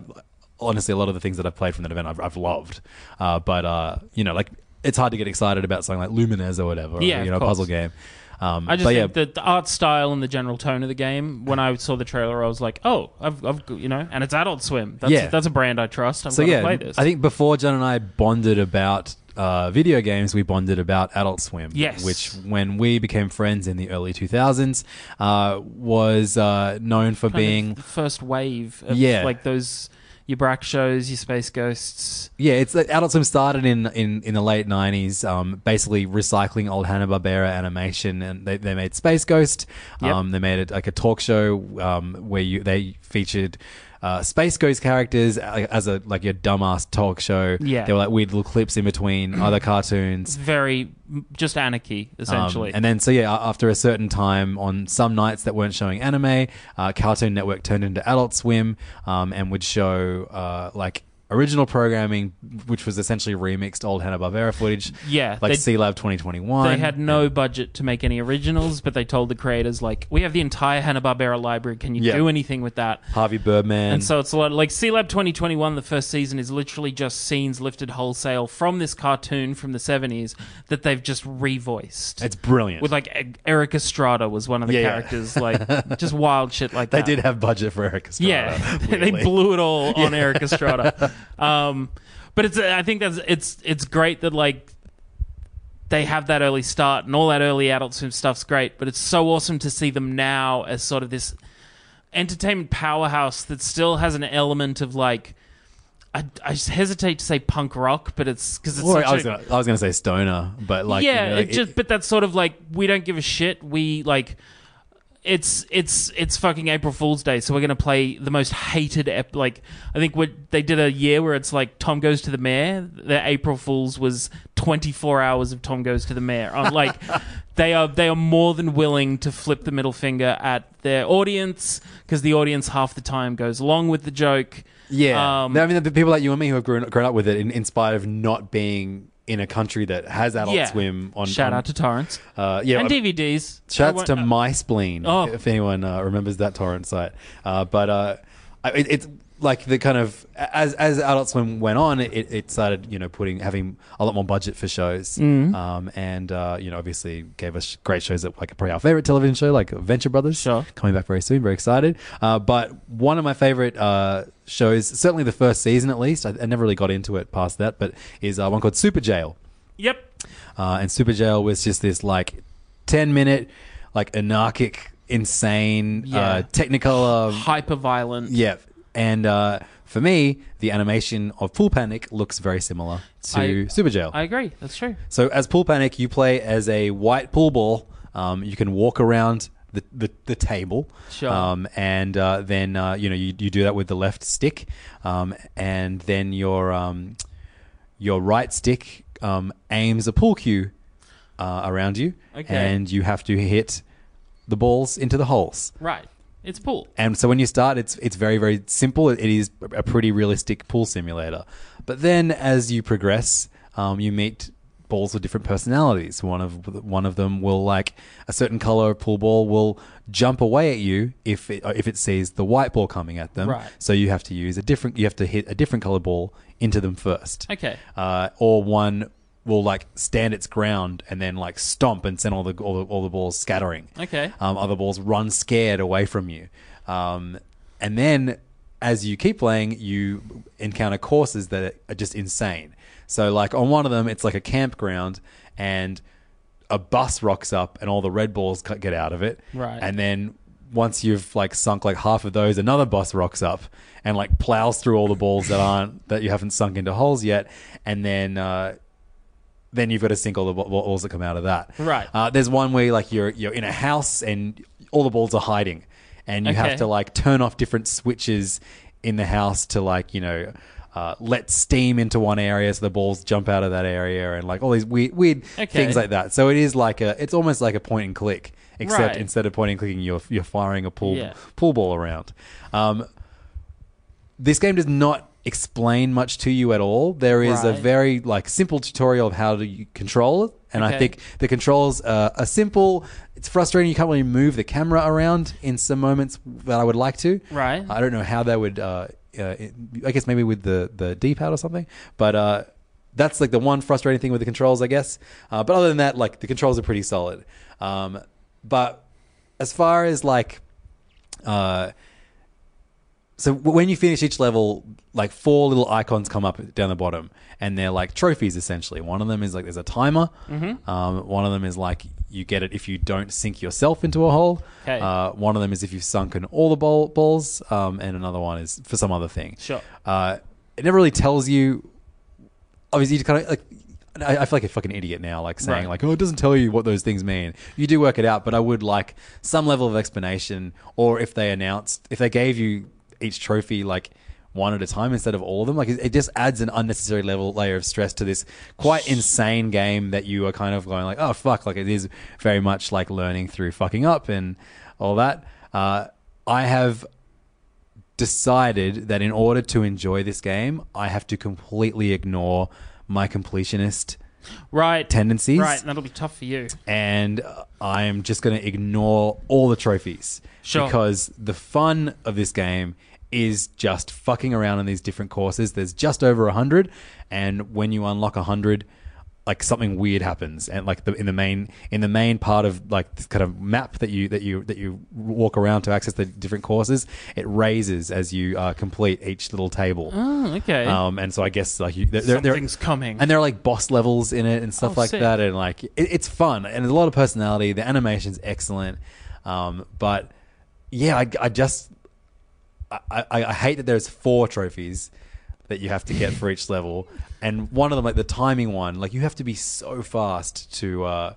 honestly, a lot of the things that I've played from that event, I've, I've loved. Uh, but uh, you know, like it's hard to get excited about something like Lumines or whatever, or,
Yeah, of
you know, a puzzle
course.
game. Um,
I just
but
think
yeah,
that the art style and the general tone of the game. When I saw the trailer, I was like, "Oh, I've, I've you know," and it's Adult Swim. That's,
Yeah.
that's a brand I trust. I'm
so
gonna
yeah,
play this.
I think before John and I bonded about uh, video games, we bonded about Adult Swim.
Yes.
which when we became friends in the early two thousands, uh, was uh, known for
Kind of
being
the first wave. Of
Yeah.
like those your Brack shows, your Space Ghosts.
yeah. It's like Adult Swim started in in, in the late nineties, um, basically recycling old Hanna Barbera animation, and they, they made Space Ghost.
Yep.
Um, they made it like a talk show um, where you they featured. Uh, Space Ghost characters uh, as a like your dumbass talk show.
Yeah.
there were like weird little clips in between other cartoons.
It's very just anarchy
Um,
essentially.
and then, so yeah, a- after a certain time on some nights that weren't showing anime, uh, Cartoon Network turned into Adult Swim um, and would show uh, like original programming, which was essentially remixed old Hanna Barbera footage.
Yeah,
like
they-
C Lab 2021.
They had no budget to make any originals, but they told the creators like, "We have the entire Hanna Barbera library. Can you
Yeah.
do anything with that?"
Harvey Birdman.
And so it's a lot like C Lab 2021. The first season is literally just scenes lifted wholesale from this cartoon from the 70s that they've just revoiced.
it's brilliant.
with like E- Eric Estrada was one of the
Yeah, yeah.
characters, like just wild shit like
they
that.
did have budget for Eric Estrada.
uh, yeah. they
weirdly.
blew it all on Eric Estrada. um, but it's I think that's it's it's great that like they have that early start and all that early adult swim stuff's great, but it's so awesome to see them now as sort of this entertainment powerhouse that still has an element of like I, I just hesitate to say punk rock, but it's because it's
Well,
such
I was
a,
gonna, I was gonna say stoner, but like
yeah,
you know, like,
it just but that's sort of like we don't give a shit. We like it's it's it's fucking April Fool's Day, so we're gonna play the most hated ep- like I think what they did a year where it's like Tom goes to the mayor. The April Fools was twenty four hours of Tom goes to the mayor. I'm like they are they are more than willing to flip the middle finger at their audience because the audience half the time goes along with the joke.
Yeah,
Um,
No, I mean the people like you and me who have grown, grown up with it, in, in spite of not being in a country that has Adult
yeah.
Swim on.
Shout
on-
out to Torrance
uh, yeah.
and
I-
DVDs.
Shouts to
Everyone-
my spleen,
Oh.
if anyone uh, remembers that torrent site. Uh, but uh, I- it, it's like the kind of as as Adult Swim went on, it, it started you know putting having a lot more budget for shows,
Mm-hmm.
um, and uh, you know obviously gave us great shows that like probably our favorite television show like Venture Brothers,
Sure.
coming back very soon, very excited. Uh, but one of my favorite uh, shows, certainly the first season at least, I, I never really got into it past that, but is uh, one called Super Jail
Yep.
uh, and Super Jail was just this like ten minute, like anarchic, insane,
Yeah.
uh, Technicolor,
Hyper violent.
yeah. And uh, for me, the animation of Pool Panic looks very similar to
I-
Super Jail.
I agree. That's true.
so as Pool Panic, you play as a white pool ball. Um, you can walk around. The, the, the table
Sure.
um, and uh, then uh, you know you, you do that with the left stick um, and then your um, your right stick um, aims a pool cue uh, around you,
Okay.
and you have to hit the balls into the holes.
Right. It's pool.
And so when you start, it's it's very very simple. It is a pretty realistic pool simulator. But then as you progress, um, you meet balls with different personalities. One of one of them will like a certain color pool ball will jump away at you if it, if it sees the white ball coming at them.
Right.
So you have to use a different you have to hit a different color ball into them first
Okay.
uh, or one will like stand its ground and then like stomp and send all the all the, all the balls scattering.
Okay.
Um, other balls run scared away from you, um, and then as you keep playing, you encounter courses that are just insane. So like on one of them, it's like a campground and. A bus rocks up and all the red balls cut- get out of it,
Right.
And then once you've like sunk like half of those, another boss rocks up and like plows through all the balls that aren't that you haven't sunk into holes yet, and then. Uh, then you've got to sink all the ba- balls that come out of that.
Right.
Uh, there's one where like you're you're in a house and all the balls are hiding, and you
Okay.
have to like turn off different switches in the house to like you know. Uh, let steam into one area so the balls jump out of that area and like all these weird weird
Okay.
things like that. So it is like a it's almost like a point and click except
Right.
instead of point and clicking you're you're firing a pool
Yeah.
pool ball around. Um, this game does not explain much to you at all. There is a
Right.
very like simple tutorial of how to you control it, and
Okay.
I think the controls uh, are simple. It's frustrating you can't really move the camera around in some moments that I would like to.
Right.
I don't know how they would. Uh, uh, it- I guess maybe with the the D pad or something, but. Uh, that's like the one frustrating thing with the controls, I guess. Uh, but other than that, like the controls are pretty solid. Um, but as far as like uh, so w- when you finish each level, like four little icons come up down the bottom, and they're like trophies essentially. One of them is like there's a timer. Um, one of them is like you get it if you don't sink yourself into a hole.
Okay.
Uh, one of them is if you've sunken all the ball- balls, um, and another one is for some other thing.
Sure.
Uh, it never really tells you obviously you kind of like I, I feel like a fucking idiot now, like saying
Right.
like, "Oh, it doesn't tell you what those things mean." You do work it out, but I would like some level of explanation, or if they announced, if they gave you each trophy like one at a time instead of all of them, like it, it just adds an unnecessary level layer of stress to this quite insane game that you are kind of going like, "Oh fuck!" Like it is very much like learning through fucking up and all that. Uh, I have decided that in order to enjoy this game, I have to completely ignore my completionist
Right.
tendencies.
Right, and that'll be tough for you.
And uh, I am just going to ignore all the trophies.
Sure.
Because the fun of this game is just fucking around on these different courses. There's just over 100. And when you unlock 100, like something weird happens and like the, in the main in the main part of like this kind of map that you that you that you walk around to access the different courses it raises as you uh, complete each little table
Oh, okay.
um, and so I guess like you, there, there- there-
Something's coming.
and there are like boss levels in it and stuff
Oh,
like
sick.
that, and like it, it's fun and there's a lot of personality. The animation's excellent, um, but yeah, I, I just I, I, I hate that there's four trophies that you have to get for each level, and one of them like the timing one, like you have to be so fast to uh,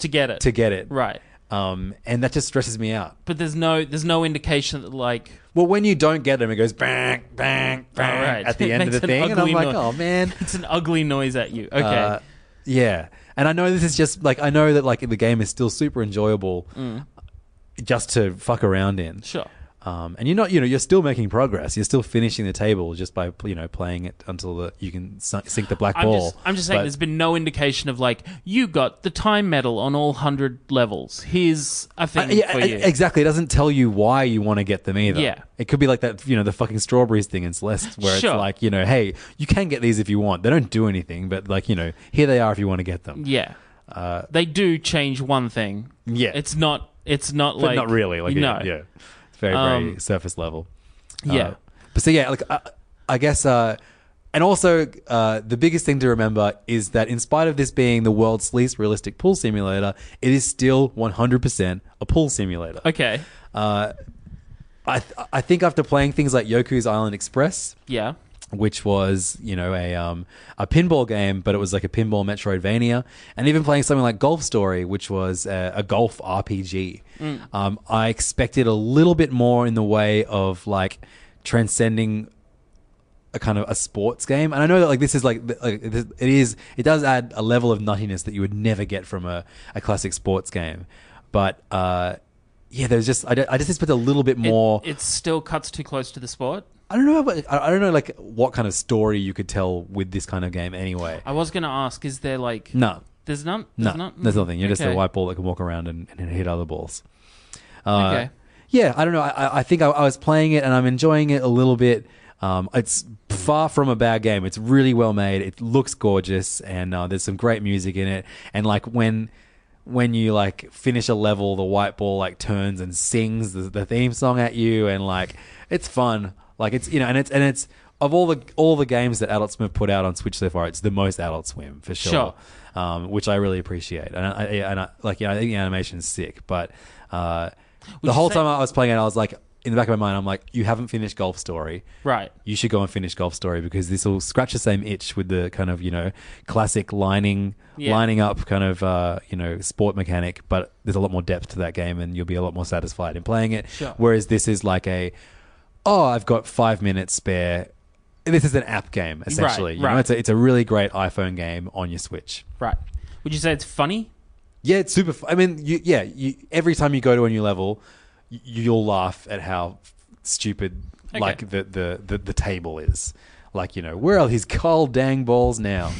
to get it.
to get it
Right.
um, and that just stresses me out.
But there's no there's no indication that like
Well, when you don't get them, it goes bang, bang, bang
right.
at the
It
end of
makes
the
an
thing, and I'm
ugly
like,
noise.
oh man.
it's an ugly noise at you. Okay.
Uh, yeah. And I know this is just like I know that like the game is still super enjoyable just to fuck around in.
Mm. sure.
Um, and you're not, you know, you're still making progress. You're still finishing the table just by, you know, playing it until the, you can sink sink the black
I'm
ball.
just, I'm just saying,
But-
there's been no indication of like you got the time medal on all hundred levels. Here's a
Uh,
thing
yeah,
for
e-
you.
exactly. It doesn't tell you why you want to get them either.
Yeah.
it could be like that, you know, the fucking strawberries thing in Celeste, where
Sure.
it's like, you know, hey, you can get these if you want. They don't do anything, but like, you know, here they are if you want to get them.
yeah. they do change one thing.
Uh, Yeah.
It's not. It's not
but
like
not really. Like,
no. Um,
yeah, yeah. it's very, very surface level.
Yeah.
Uh, but so yeah, like I, I guess, uh, and also uh, the biggest thing to remember is that in spite of this being the world's least realistic pool simulator, it is still 100% a pool simulator.
Okay.
Uh, I th- I think after playing things like Yoku's Island Express,
Yeah.
which was you know a um, a pinball game, but it was like a pinball Metroidvania, and even playing something like Golf Story, which was a, a golf RPG. Um, I expected a little bit more in the way of like transcending a kind of a sports game, and I know that like this is like, th- like this- it is it does add a level of nuttiness that you would never get from a, a classic sports game, but. uh yeah, there's just I, don't- I just expect a little bit
It-
more.
it still cuts too close to the sport.
I don't know. About, I I don't know like what kind of story you could tell with this kind of game. Anyway,
I was going to ask, is there like.
no,
There's none?
no,
There's not,
there's nothing. You're just a
Okay.
white ball that can walk around and, and hit other balls. Uh,
Okay.
Yeah, I don't know. I- I, I think I, I was playing it and I'm enjoying it a little bit. Um, it's far from a bad game. It's really well made. It looks gorgeous, and uh, there's some great music in it. And like when when you like finish a level, the white ball like turns and sings the, the theme song at you, and like it's fun. Like it's you know, and it's and it's of all the all the games that Adult Swim have put out on Switch so far, it's the most Adult Swim for sure
Sure.
um, which I really appreciate. And I, I, and I like, yeah, I think the animation is sick, but uh, the whole time I was playing it, I was like, in the back of my mind, I'm like, you haven't finished Golf Story.
Right.
You should go and finish Golf Story because this will scratch the same itch with the kind of, you know, classic lining,
Yeah.
lining up kind of, uh, you know, sport mechanic, but there's a lot more depth to that game and you'll be a lot more satisfied in playing it.
Sure.
Whereas this is like a, oh, I've got five minutes spare. This is an app game, essentially. you know,
right.
it's a, it's a really great iPhone game on your Switch.
right. Would you say it's funny?
Yeah, it's super. Fu- I mean, you, yeah, you, every time you go to a new level, y- you'll laugh at how stupid
Okay.
like the, the the the table is. Like you know, where are these cold dang balls now?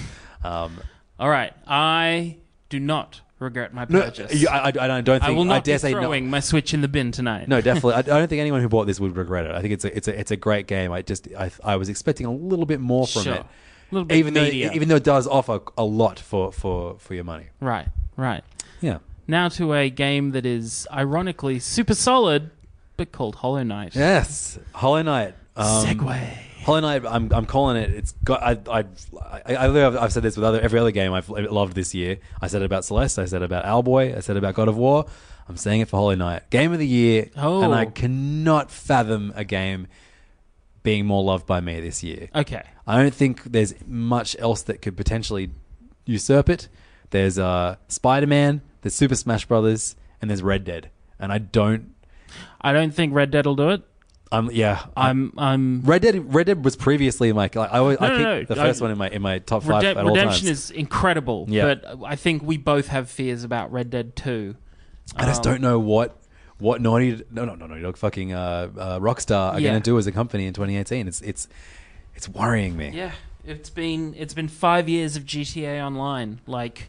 Um,
All right. I do not regret my
no,
purchase.
you- I, I, I don't think
I will not
I dare
be
say no.
throwing my Switch in the bin tonight.
No, definitely. I, I don't think anyone who bought this would regret it. I think it's a it's a it's a great game. I just I, I was expecting a little bit more from
Sure.
it,
Little bit
even though
meatier.
even though it does offer a lot for for for your money.
Right. Right.
Yeah.
Now to a game that is ironically super solid, but called Hollow Knight.
Yes, Hollow Knight. Um,
Segway.
Hollow Knight, I'm, I'm calling it. It's got. I, I, I, I think I've, I've said this with other every other game I've loved this year. I said it about Celeste. I said it about Owlboy. I said it about God of War. I'm saying it for Hollow Knight, game of the year.
Oh.
and I cannot fathom a game being more loved by me this year.
Okay.
I don't think there's much else that could potentially usurp it. There's uh, Spider Man, there's Super Smash Brothers, and there's Red Dead. And I don't.
I don't think Red Dead will do it. Um,
I'm yeah.
I'm I'm
Red Dead Red Dead was previously like, like I always I
No, no,
keep
no.
the first
I-
one in my in my top five at
Rede-
all times.
Redemption is incredible,
Yeah.
but I think we both have fears about Red Dead 2.
I just
um,
don't know what what Naughty no no no Naughty Dog fucking uh, uh, Rockstar are
Yeah.
going to do as a company in 2018. It's it's it's worrying me.
Yeah, it's been it's been 5 years of GTA online. Like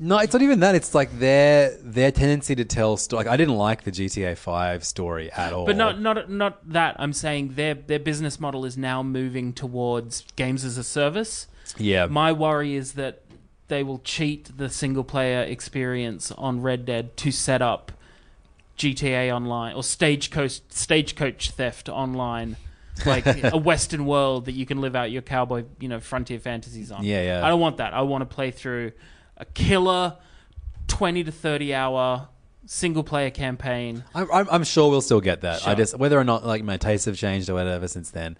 No, it's not even that. It's like their their tendency to tell story. Like I didn't like the GTA 5 story at all.
but not not not that I'm saying their their business model is now moving towards games as a service.
yeah.
My worry is that they will cheat the single player experience on Red Dead to set up GTA Online or stagecoach stagecoach theft online, like a Western world that you can live out your cowboy, you know, frontier fantasies on.
Yeah, yeah.
I don't want that. I want to play through a killer, twenty to thirty hour single player campaign.
I'm, I'm, I'm sure we'll still get that. I just whether or not like my tastes have changed or whatever since then.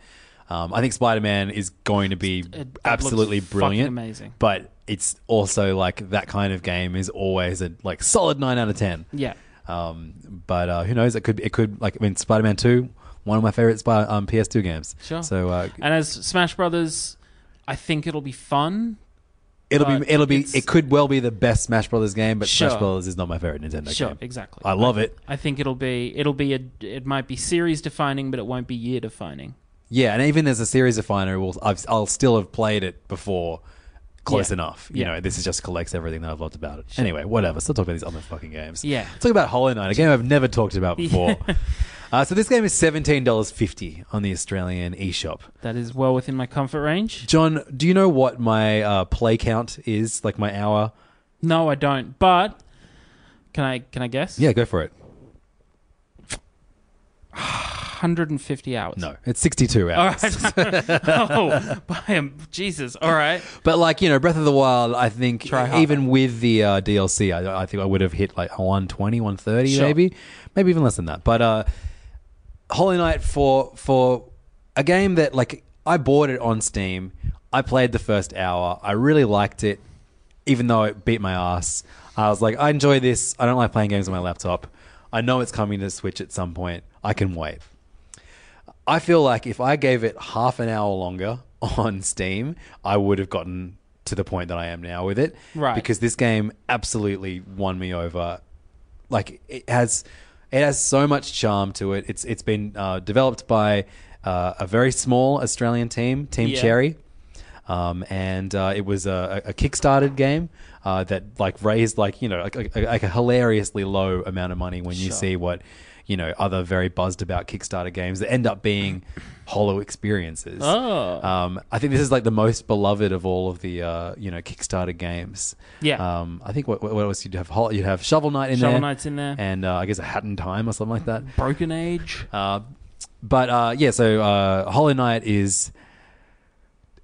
Um, I think Spider Man is going to be
it looks
absolutely
fucking
brilliant,
amazing.
But it's also like that kind of game is always a like solid nine out of ten.
Yeah.
Um, but uh, who knows? It could it could like I mean Spider Man Two, one of my favorite Spy- um, PS2 games.
Sure.
So uh,
And as Smash Brothers, I think it'll be fun.
it'll
but
be it'll be
Uh, it's-
it could well be the best Smash Brothers game, but
Sure.
Smash Brothers is not my favorite Nintendo
Sure,
game.
exactly.
I love it.
I think it'll be it'll be a it might be series defining, but it won't be year defining.
Yeah, and even as a series definer, we'll, I've, I'll still have played it before close
Yeah.
enough. You
Yeah.
know, this is just collects everything that I've loved about it. Anyway, whatever. Still talk about these other fucking games.
Yeah.
Let's talk about Hollow Knight, a game I've never talked about before. uh, so this game is seventeen dollars fifty on the Australian eShop.
That is well within my comfort range.
John, do you know what my uh, play count is? Like my hour?
No, I don't. But can I can I guess?
Yeah, go for it.
150 hours.
No, it's sixty-two hours.
All right. oh, by um, Jesus. All right.
But like you know, Breath of the Wild, I think
Try harder.
even with the uh, DLC, I, I think I would have hit like 120, 130
Sure.
maybe, maybe even less than that. But uh, Holy Knight for for a game that like I bought it on Steam. I played the first hour. I really liked it, even though it beat my ass. I was like, I enjoy this. I don't like playing games on my laptop. I know it's coming to Switch at some point. I can wait. I feel like if I gave it half an hour longer on Steam, I would have gotten to the point that I am now with it.
Right.
Because this game absolutely won me over. Like it has, it has so much charm to it. It's it's been uh, developed by uh, a very small Australian team, Team
Yeah.
Cherry. Um, and uh, it was a, a kickstarted game uh, that like raised like you know like, like, like a hilariously low amount of money when you see what you know other very buzzed about Kickstarter games that end up being hollow experiences.
Oh.
Um, I think this is like the most beloved of all of the uh, you know Kickstarter games.
Yeah.
Um, I think what, what else you'd have Hol- you'd have Shovel Knight in
Shovel
there.
Knight's in there.
and uh, I guess a Hat in Time or something like that.
Broken Age.
Uh, but uh, yeah, so uh, Hollow Knight is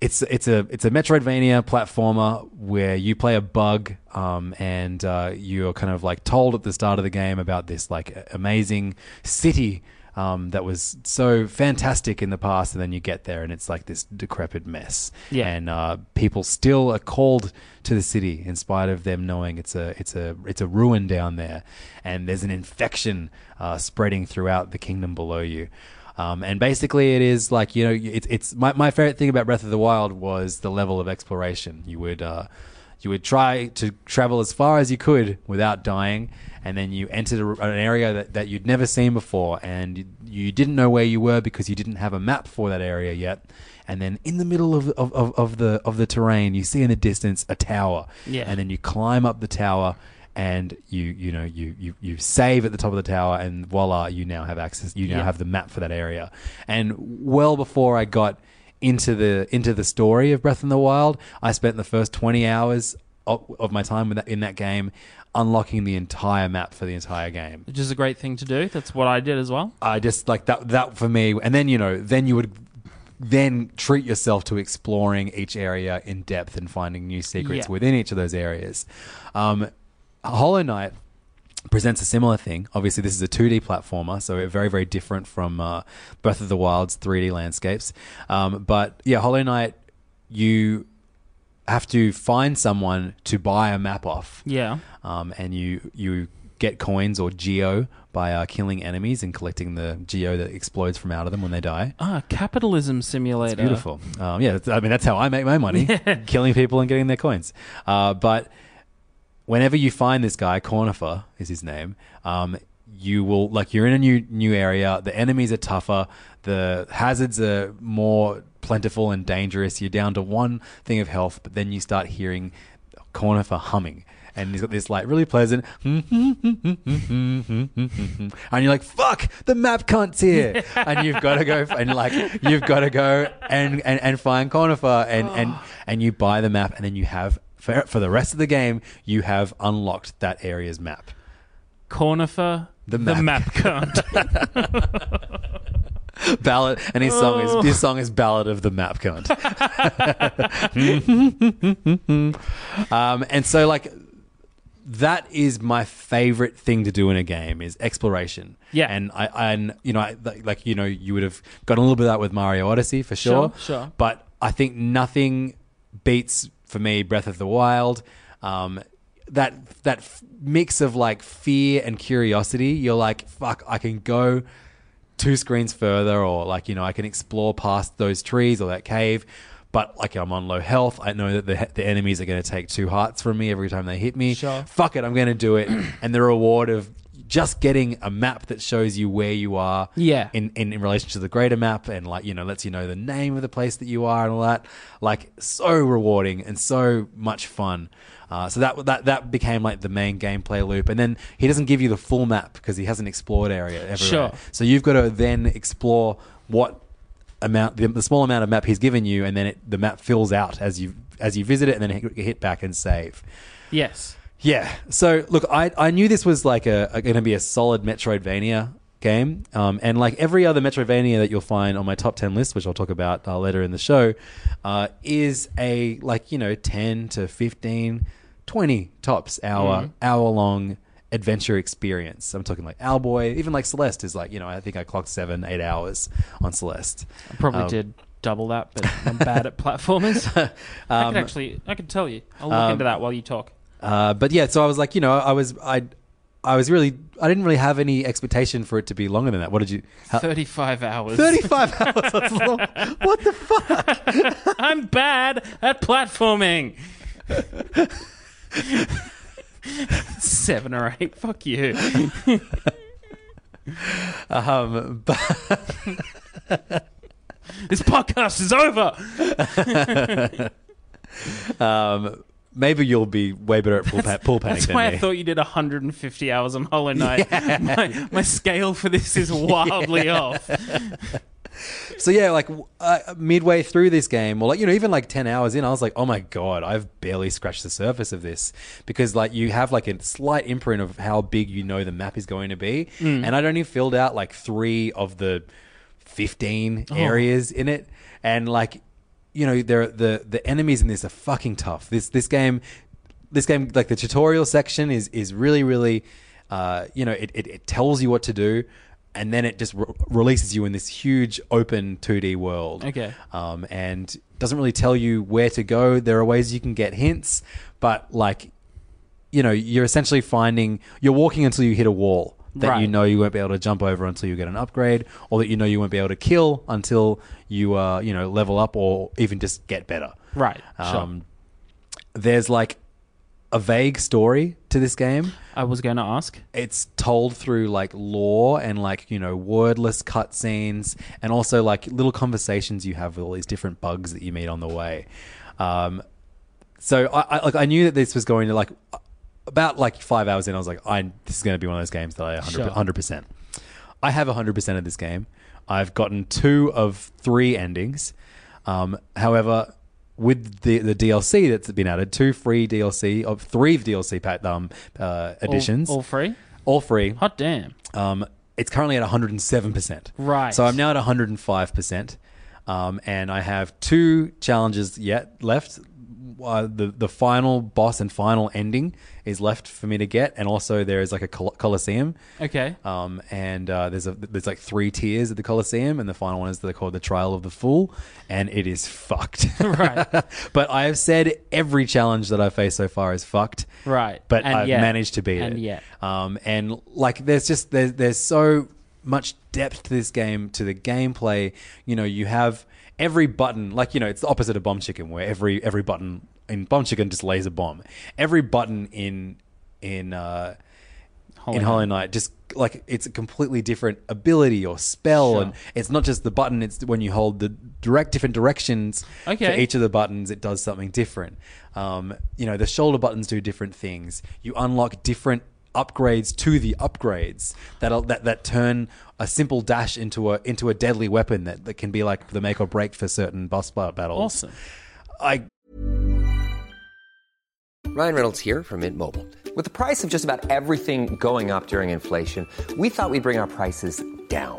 it's it's a it's a Metroidvania platformer where you play a bug, um, and uh, you're kind of like told at the start of the game about this like a- amazing city. Um, that was so fantastic in the past, and then you get there, and it's like this decrepit mess.
Yeah.
and uh, people still are called to the city in spite of them knowing it's a it's a it's a ruin down there, and there's an infection uh, spreading throughout the kingdom below you. Um, and basically, it is like you know, it's it's my my favorite thing about Breath of the Wild was the level of exploration. You would uh, you would try to travel as far as you could without dying, and then you entered a, an area that, that you'd never seen before, and you, you didn't know where you were because you didn't have a map for that area yet. And then in the middle of, of, of, of the of the terrain, you see in the distance a tower,
Yeah.
and then you climb up the tower. And you, you know, you, you, you save at the top of the tower, and voila, you now have access. You now
Yeah.
have the map for that area. And well before I got into the into the story of Breath in the Wild, I spent the first twenty hours of, of my time with that, in that game unlocking the entire map for the entire game.
Which is a great thing to do. That's what I did as well.
I just like that that for me, and then you know, then you would then treat yourself to exploring each area in depth and finding new secrets
Yeah.
within each of those areas. Um, Hollow Knight presents a similar thing. Obviously, this is a 2D platformer, so very, very different from uh, Breath of the Wild's 3D landscapes. Um, but yeah, Hollow Knight, you have to find someone to buy a map off
Yeah.
um, and you you get coins or geo by uh, killing enemies and collecting the geo that explodes from out of them when they die.
Ah, capitalism simulator.
Beautiful. Um, yeah, that's- I mean that's how I make my money: killing people and getting their coins. Uh, but whenever you find this guy, Cornifer is his name. Um, you will like you're in a new new area. The enemies are tougher. The hazards are more plentiful and dangerous. You're down to one thing of health, but then you start hearing Cornifer humming. And he's got this like really pleasant, hmm, Mm-hmm. and you're like, "Fuck, the map cunt's here!" and you've got to go, and like, you've got to go and, and and find Conifer, and and and you buy the map, and then you have for, for the rest of the game, you have unlocked that area's map.
Cornifer.
The
The
map.
map cunt.
Ballad, and his song is
Oh.
his song is "Ballad of the Map Cunt." um, and so, like, that is my favorite thing to do in a game is exploration.
Yeah.
and I and you know, I, like, like, you know, you would have got a little bit of that with Mario Odyssey for sure.
Sure, sure.
But I think nothing beats for me Breath of the Wild. Um, that that f- mix of like fear and curiosity. You're like, fuck, I can go two screens further, or like you know, I can explore past those trees or that cave. But like I'm on low health, I know that the, the enemies are going to take two hearts from me every time they hit me.
Sure.
Fuck it, I'm going to do it. and the reward of just getting a map that shows you where you are
Yeah.
in, in in relation to the greater map and like you know lets you know the name of the place that you are and all that like so rewarding and so much fun uh, so that that that became like the main gameplay loop and then he doesn't give you the full map because he hasn't explored area everywhere
Sure.
so you've got to then explore what amount the, the small amount of map he's given you and then it, the map fills out as you as you visit it and then hit, hit back and save
yes.
yeah. So look, I, I knew this was like a, going to be a solid Metroidvania game, um, and like every other Metroidvania that you'll find on my top ten list, which I'll talk about uh, later in the show, uh, is a like you know ten to 15, 20 tops hour hour long adventure experience. I'm talking like Owlboy, even like Celeste is like you know I think I clocked seven eight hours on Celeste.
I probably did double that, but I'm bad at platformers. I could actually, I could tell you. I'll look into that while you talk.
Uh, but yeah, so I was like, you know, I was I, I was really, I didn't really have any expectation for it to be longer than that. What did you? How,
35 hours.
Thirty-five hours. That's long. What the fuck?
I'm bad at platforming. Seven or eight. Fuck you.
Um, but
This podcast is over.
um, maybe you'll be way better at pool, pa- pool panic
That's
than
why
me.
I thought you did 150 hours on Hollow Knight. My, my scale for this is wildly off.
so yeah, like w- uh, midway through this game, or like you know, even like ten hours in, I was like, oh my god, I've barely scratched the surface of this because like you have like a slight imprint of how big you know the map is going to be,
Hmm.
and I'd only filled out
Oh.
like three of the fifteen areas in it, and like you know, there the the enemies in this are fucking tough. This this game, this game, like the tutorial section is is really really, uh, you know, it, it it tells you what to do. And then it just re- releases you in this huge open 2D world.
Okay.
Um, and doesn't really tell you where to go. There are ways you can get hints, but like you know, you're essentially finding you're walking until you hit a wall that
Right.
you know you won't be able to jump over until you get an upgrade, or that you know you won't be able to kill until you uh, you know level up or even just get better.
Right. Sure.
Um, There's like a vague story to this game.
I was going to ask.
It's told through like lore and like you know wordless cutscenes, and also like little conversations you have with all these different bugs that you meet on the way. Um, so I, I like I knew that this was going to like about like five hours in, I was like, I this is going to be one of those games that I
Sure.
100 percent. I have 100 percent of this game. I've gotten two of three endings. Um, however, with the the DLC that's been added, two free DLC of three DLC pat, um, uh,
All-
additions,
all free.
all free.
Hot damn.
Um, it's currently at 107%.
Right.
So I'm now at 105%. Um, and I have two challenges yet left. Uh, the the final boss and final ending is left for me to get, and also there is like a col- coliseum,
Okay.
um, and uh, there's a there's like three tiers at the coliseum, and the final one is the, called the Trial of the Fool, and it is fucked.
Right.
but I have said every challenge that I faced so far is fucked.
Right.
But
And
I've
yet.
managed to beat
And
it.
yet.
Um, and like, there's just there's there's so much depth to this game, to the gameplay. You know, you have every button, like you know, it's the opposite of Bomb Chicken, where every every button in Bomb Chicken just lays a bomb. Every button in in uh, in Hollow Knight just like it's a completely different ability or spell, and it's not just the button. It's when you hold the direct different directions
Okay.
for each of the buttons, it does something different. Um, you know, the shoulder buttons do different things. You unlock different upgrades to the upgrades that that that turn a simple dash into a into a deadly weapon that, that can be like the make or break for certain boss ba- battles.
Awesome.
I
Ryan Reynolds here from Mint Mobile. With the price of just about everything going up during inflation, we thought we'd bring our prices down.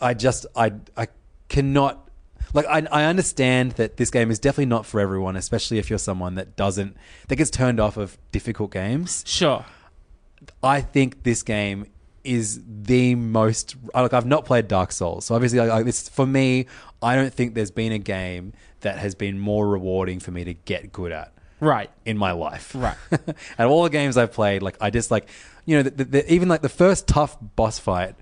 I just I I cannot like I I understand that this game is definitely not for everyone, especially if you're someone that doesn't that gets turned off of difficult games.
Sure.
I think this game is the most I- like I've not played Dark Souls, so obviously like, like this for me, I don't think there's been a game that has been more rewarding for me to get good at
Right.
in my life.
Right.
Out of all the games I've played, like I just like, you know, the, the, the, even like the first tough boss fight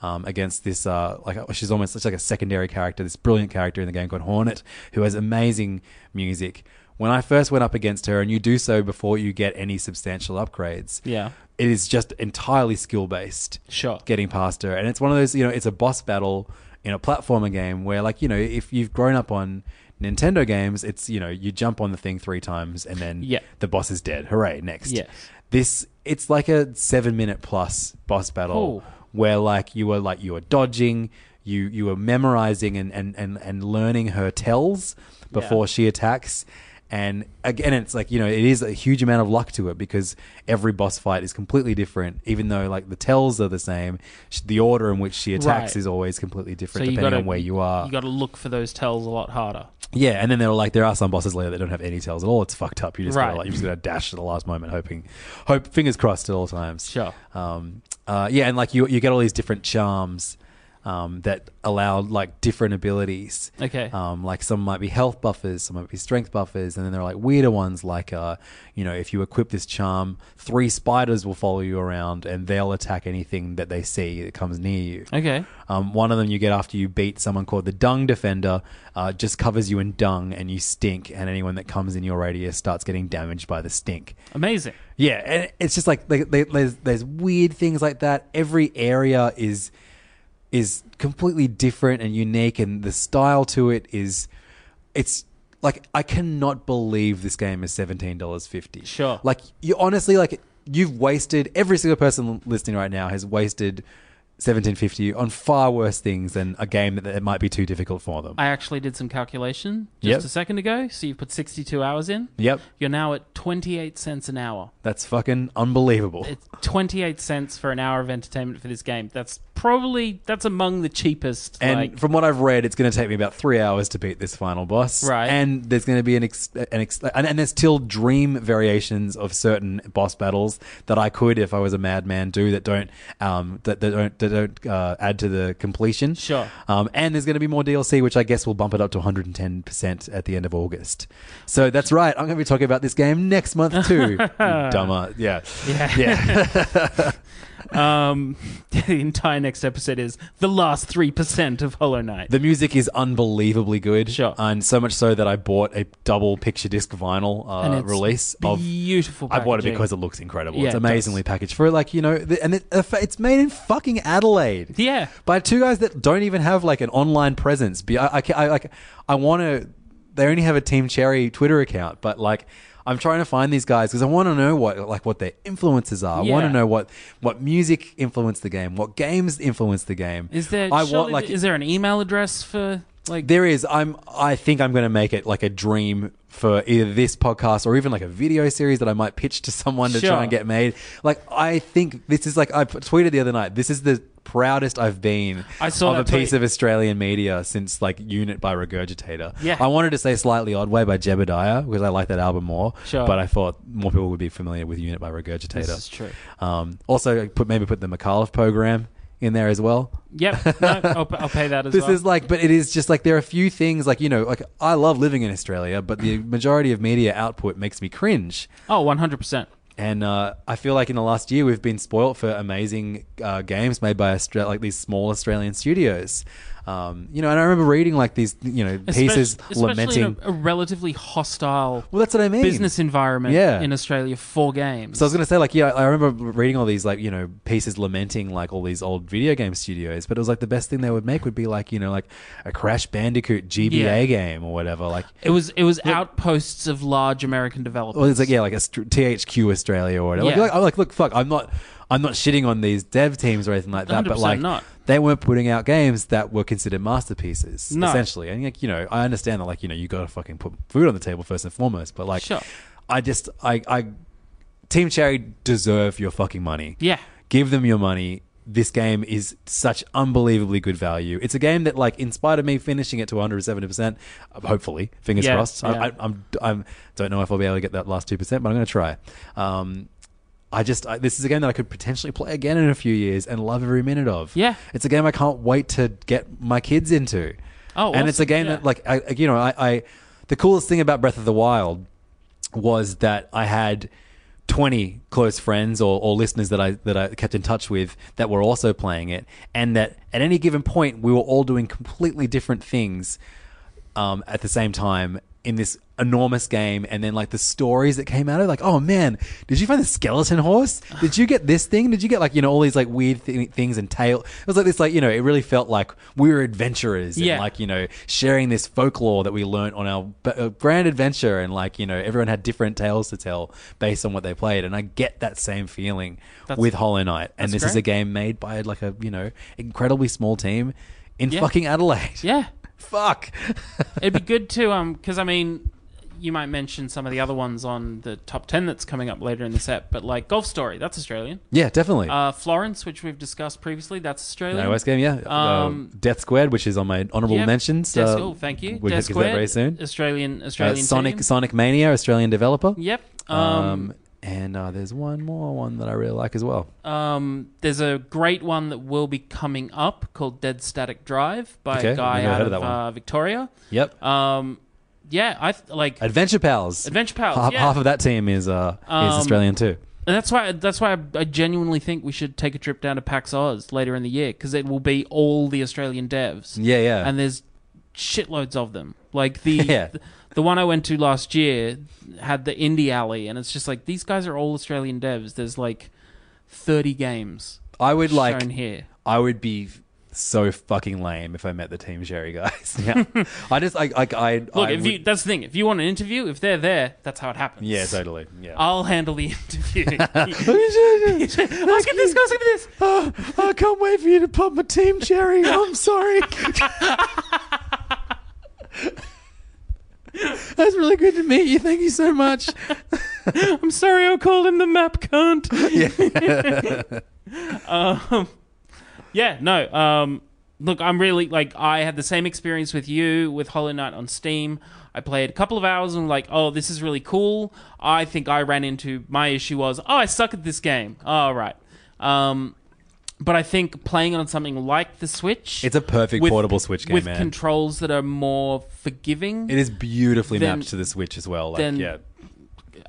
um, against this, uh, like she's almost it's like a secondary character, this brilliant character in the game called Hornet, who has amazing music. When I first went up against her, and you do so before you get any substantial upgrades,
Yeah.
it is just entirely skill based.
Sure.
Getting past her. And it's one of those, you know, it's a boss battle in a platformer game where, like, you know, if you've grown up on Nintendo games, it's, you know, you jump on the thing three times and then
Yeah.
the boss is dead. Hooray, next.
Yes.
This, it's like a seven minute plus boss battle
Cool.
where, like, you were, like, you were dodging. You, you were memorizing and, and, and, and learning her tells before she attacks And again, it's like, you know, it is a huge amount of luck to it because every boss fight is completely different, even though like the tells are the same. sh- The order in which she attacks
Right.
is always completely different
you
depending
gotta-
on where you are.
You got to look for those tells a lot harder.
Yeah, and then they're like, there are some bosses later that don't have any tails at all. It's fucked up. You just
Right.
gotta, like, you just gotta dash at the last moment, hoping, hope fingers crossed at all times.
Sure.
Um, uh, yeah, and like you, you get all these different charms um, that allow like different abilities.
Okay.
Um, like some might be health buffers, some might be strength buffers, and then there are like weirder ones like, uh, you know, if you equip this charm, three spiders will follow you around and they'll attack anything that they see that comes near you.
Okay.
Um, one of them you get after you beat someone called the Dung Defender, uh, just covers you in dung and you stink, and anyone that comes in your radius starts getting damaged by the stink.
Amazing.
Yeah, and it's just like they, they, there's there's weird things like that. Every area is is completely different and unique, and the style to it is it's like I cannot believe this game is seventeen dollars fifty.
Sure.
like you honestly like you've wasted every single person listening right now has wasted. 1750 on far worse things than a game that, that might be too difficult for them.
I actually did some calculation just
Yep.
a second ago. So you've put 62 hours in.
yep,
You're now at 28 cents an hour.
that's fucking unbelievable.
It's 28 cents for an hour of entertainment for this game. That's probably that's among the cheapest.
And
like,
from what I've read, it's going to take me about three hours to beat this final boss.
Right.
And there's going to be an ex- an ex- and, and there's still dream variations of certain boss battles that I could, if I was a madman, do that don't um that, that don't that don't uh, add to the completion.
Sure.
Um, and there's going to be more DLC, which I guess will bump it up to 110 percent at the end of August. So that's right. I'm going to be talking about this game next month too. You Dumber. Yeah. Yeah. Yeah.
um, the entire next episode is the last three percent of Hollow Knight.
The music is unbelievably good.
Sure.
And so much so that I bought a double picture disc vinyl uh,
And it's
release of.
beautiful.
I bought it
packaging.
because it looks incredible.
Yeah,
it's
it
amazingly
does.
packaged for like you know, the, and it, it's made in fucking Adelaide.
Yeah.
by two guys that don't even have like an online presence. Be I, I, ca- I like I want to. They only have a Team Cherry Twitter account, but like I'm trying to find these guys because I want to know what like what their influences are. I want
Yeah.
to know what what music influenced the game, what games influenced the game.
Is there?
I
surely
want like
is there an email address for like?
there is. I'm. I think I'm going to make it like a dream for either this podcast or even like a video series that I might pitch to someone to
Sure.
try and get made. Like I think this is like I p- tweeted the other night. This is the proudest I've been
I saw
of a
that
piece
tweet.
of Australian media since like Unit by Regurgitator.
Yeah.
I wanted to say Slightly Odd Way by Jebediah because I like that album more.
Sure.
But I thought more people would be familiar with Unit by Regurgitator.
This is true.
Um, also, put maybe put the McAuliffe program in there as well
Yep. No, I'll, I'll pay that as
this
well.
is like but it is just like there are a few things like you know like i love living in australia but the majority of media output makes me cringe
oh, one hundred percent.
and uh, i feel like in the last year we've been spoilt for amazing uh, games made by Austra- like these small australian studios um, you know and i remember reading like these you know pieces lamenting
in a, a relatively hostile
well that's what i mean
business environment
Yeah.
in Australia for games.
So I was gonna say, like, yeah, I remember reading all these, like, you know, pieces lamenting like all these old video game studios, but it was like the best thing they would make would be like, you know, like a Crash Bandicoot GBA
Yeah.
game or whatever. Like,
it was it was outposts of large American developers.
Well, it's like yeah, like a st- THQ Australia or whatever. Like,
Yeah.
like, I'm like, look, fuck, I'm not, I'm not shitting on these dev teams or anything like that. But
100%
like,
not.
they weren't putting out games that were considered masterpieces,
No.
essentially. And like, you know, I understand that, like, you know, you got to fucking put food on the table first and foremost. But like,
Sure.
I just, I, I, Team Cherry deserve your fucking money.
Yeah.
give them your money. This game is such unbelievably good value. It's a game that, like, in spite of me finishing it to 170, percent hopefully, fingers
Yeah,
crossed. I-
yeah.
I, I'm, I'm don't know if I'll be able to get that last two percent, but I'm going to try. Um, I just I, this is a game that I could potentially play again in a few years and love every minute of.
Yeah.
it's a game I can't wait to get my kids into.
Oh,
and it's a
awesome,
game
yeah.
that like I, you know I, I the coolest thing about Breath of the Wild was that I had. 20 close friends or, or listeners that I that I kept in touch with that were also playing it and that at any given point we were all doing completely different things um, at the same time in this enormous game and then like the stories that came out of it, like oh man did you find the skeleton horse did you get this thing did you get like you know all these like weird th- things and tale it was like this like you know it really felt like we were adventurers
Yeah.
and like you know sharing this folklore that we learnt on our b- uh, grand adventure and like you know everyone had different tales to tell based on what they played and i get that same feeling with hollow knight and this
that's
is a game made by like a you know incredibly small team in
Yeah.
fucking adelaide
yeah.
fuck
It'd be good to um because I mean you might mention some of the other ones on the top 10 that's coming up later in the set, but like Golf Story, that's Australian.
Yeah, definitely.
Uh, Florence, which we've discussed previously, that's Australian.
iOS game, yeah.
Um,
Uh, Death Squared, which is on my honorable
Yep.
mentions.
Death
uh,
School, thank you.
We'll get to
Death
that
Squared,
very soon.
Australian,
Uh,
Australian
Sonic,
team.
Sonic Mania, Australian developer.
Yep. Um,
Um, and uh, there's one more one that I really like as well.
um, there's a great one that will be coming up called Dead Static Drive by
Okay,
a guy
never heard
out
of
of,
that one.
uh, Victoria.
Yep.
Um, yeah, I th- like, and
Adventure Pals.
Adventure Pals,
Half,
yeah.
half of that team is uh,
Um,
is Australian too.
that's why that's why I, I genuinely think we should take a trip down to PAX Oz later in the year because it will be all the Australian devs.
Yeah, yeah.
and there's shitloads of them. Like the
Yeah.
th- the one I went to last year had the indie alley, and it's just like these guys are all Australian devs. There's like thirty games
I would like.
shown here.
I would be so fucking lame if I met the Team Sherry guys. Yeah. I just like like I
Look,
I
if
would-
you that's the thing. If you want an interview, if they're there, that's how it happens.
yeah totally yeah.
I'll handle the interview. Let's get this, guys. Look at this.
Oh, I can't wait for you to pop my team cherry. I'm sorry. That's really good to meet you. Thank you so much.
I'm sorry, I called him the map cunt. Yeah. um, yeah, no. Um, look, I'm really like I had the same experience with you with Hollow Knight on Steam. I played a couple of hours and like, oh, this is really cool. I think I ran into my issue was, oh, I suck at this game. All right. Um, but I think playing on something like the Switch,
It's a perfect portable Switch game,
with
man.
controls that are more forgiving.
It is beautifully
Then-
mapped to the Switch as well. Like,
then-
yeah.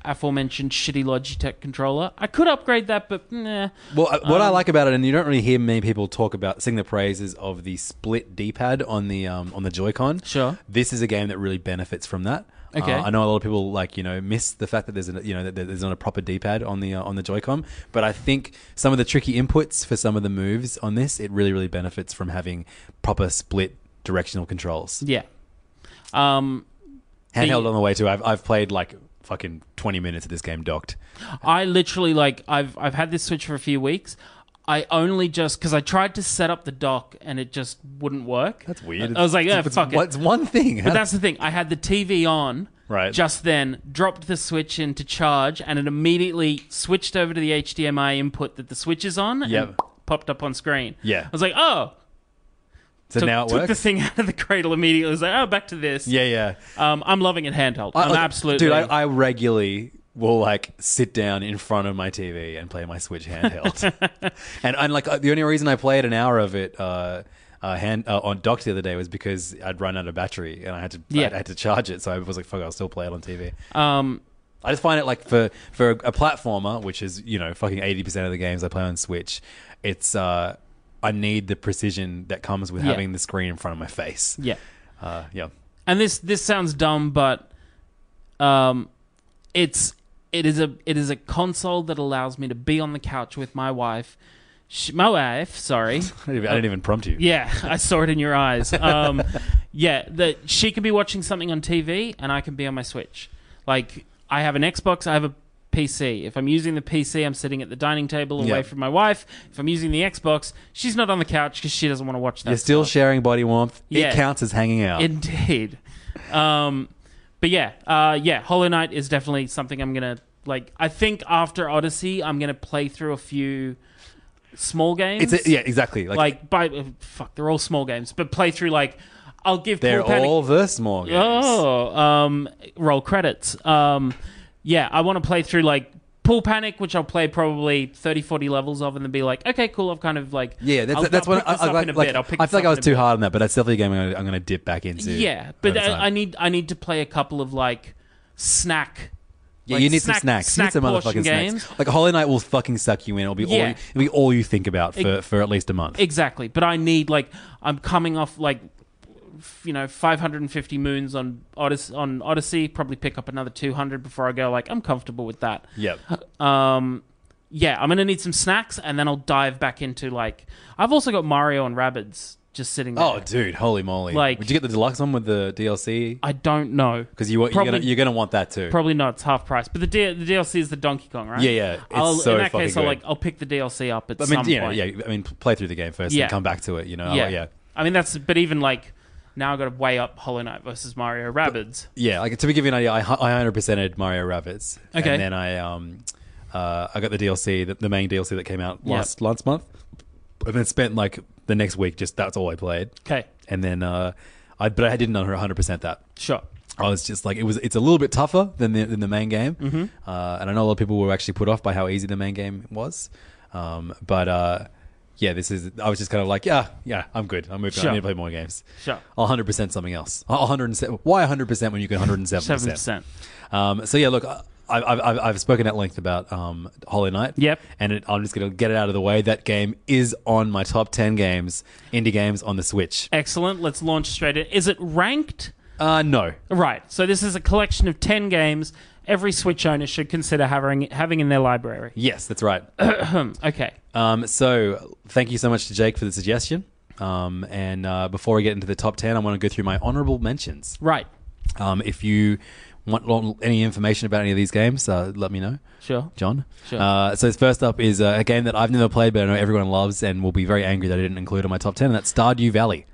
aforementioned shitty Logitech controller. I could upgrade that, but nah.
Well, uh, what
Um,
I like about it, and you don't really hear many people talk about, sing the praises of the split D-pad on the um, on the Joy-Con.
Sure.
this is a game that really benefits from that.
Okay.
Uh, I know a lot of people like you know miss the fact that there's a, you know that there's not a proper D-pad on the uh, on the Joy-Con, but I think some of the tricky inputs for some of the moves on this, it really really benefits from having proper split directional controls.
Yeah. Um,
Handheld
The-
on the way too. I've I've played like fucking twenty minutes of this game docked.
I literally like I've I've had this Switch for a few weeks. I only just because I tried to set up the dock and it just wouldn't work.
That's weird.
I was like, yeah,
It's-
fuck
it's,
it.
It's one thing.
But that's the thing. I had the TV on
Right.
just then, dropped the Switch into charge, and it immediately switched over to the HDMI input that the Switch is on. and
Yep.
popped up on screen.
Yeah.
I was like, oh.
so
took,
now it
took
works.
the thing out of the cradle immediately. I was like, oh, back to this.
yeah, yeah.
Um, I'm loving it handheld. I, am
like,
absolutely.
dude. I, I regularly will like sit down in front of my TV and play my Switch handheld, and and like uh, the only reason I played an hour of it. Uh, uh, hand uh, on docked the other day was because I'd run out of battery and I had to
Yeah.
I had to charge it, so I was like, "Fuck, I'll still play it on TV."
um,
I just find it like for for a platformer, which is you know fucking eighty percent of the games I play on Switch, it's uh, I need the precision that comes with
Yeah.
having the screen in front of my face.
yeah.
uh, yeah.
and this this sounds dumb, but um, it's it is a it is a console that allows me to be on the couch with my wife, sh- my wife. Sorry,
I didn't even- I didn't even prompt you.
yeah, I saw it in your eyes. Um, yeah, that she can be watching something on TV and I can be on my Switch. Like I have an Xbox, I have a PC. If I'm using the PC, I'm sitting at the dining table away
Yeah.
from my wife. If I'm using the Xbox, she's not on the couch because she doesn't want to watch that.
You're still
stuff.
sharing body warmth.
Yeah.
It counts as hanging out.
Indeed. Um, but yeah, uh, yeah, Hollow Knight is definitely something I'm gonna like. I think after Odyssey, I'm gonna play through a few small games.
it's a, yeah, exactly. Like,
like by uh, fuck, they're all small games, but play through like I'll give
they're
Paul Panic-
all the small games.
Oh, um, roll credits. Um, yeah, I want to play through like Pool Panic, which I'll play probably 30, 40 levels of, and then be like, okay, cool. I've kind of like
Yeah, that's
I'll-
that's
I'll
what
pick
I,
this
I
up in a
like. like
bit.
I
I'll pick this
feel like
up
I was
in a
too
bit.
hard on that, but that's definitely a game I'm gonna, I'm gonna dip back into.
Yeah, but
over time.
I, I need I need to play a couple of like snack.
Yeah,
like,
you need
snack-
some snacks.
snack
you need some
portion
motherfucking
games.
snacks. Like Hollow Knight will fucking suck you in. It'll be all
Yeah.
you, it'll be all you think about for, for at least a month.
Exactly, but I need like I'm coming off like f- you know 550 moons on Odyssey, on Odyssey. Probably pick up another 200 before I go. Like I'm comfortable with that.
yep.
Um, yeah, I'm gonna need some snacks, and then I'll dive back into like I've also got Mario and Rabbids just sitting. There.
Oh, dude, holy moly!
Like-
did you get the deluxe one with the DLC?
I don't know
Because you wa- you're
Probably-
gonna you're gonna want that too.
Probably not. It's half price. But the D- the DLC is the Donkey Kong, right?
Yeah, yeah. It's
I'll,
so
in that
fucking
case, I'll
good.
like I'll pick the DLC up at
I mean,
some
you know,
point.
yeah. I mean, play through the game first
Yeah.
and come back to it. You know,
yeah,
yeah.
I mean that's. But even like Now I've got to weigh up Hollow Knight versus Mario Rabbids.
Yeah, like to give you an idea, I hu- I hundred percented Mario Rabbits.
Okay.
and then I um, uh, I got the DLC, the, the main DLC that came out last last month, and then spent like the next week just that's all I played.
Okay.
and then uh, I but I didn't hundred percent that.
Sure.
I was just like it was. Oh, It's a little bit tougher than the, than the main game,
Mm-hmm.
uh, and I know a lot of people were actually put off by how easy the main game was. Um, but uh, yeah, this is. I was just kind of like, yeah, yeah, I'm good. I'm moving. on.
Sure.
I need to play more games.
Sure.
100 percent something else. 107. Why 100 percent when you can 107
Seven percent.
um, so yeah, look, I, I, I've, I've spoken at length about um, Hollow Knight.
Yep.
and it, I'm just gonna get it out of the way. That game is on my top 10 games, indie games on the Switch.
Excellent. Let's launch straight in. Is it ranked?
Uh, no,
Right. So this is a collection of ten games every Switch owner should consider having having in their library.
yes, that's right.
Okay.
Um, so thank you so much to Jake for the suggestion. Um, and uh, before we get into the top 10, I want to go through my honorable mentions.
Right.
Um, if you want lo- any information about any of these games, uh, let me know.
Sure.
John.
Sure.
Uh, so first up is uh, a game that I've never played, but I know everyone loves and will be very angry that I didn't include in my top 10, and that's Stardew Valley.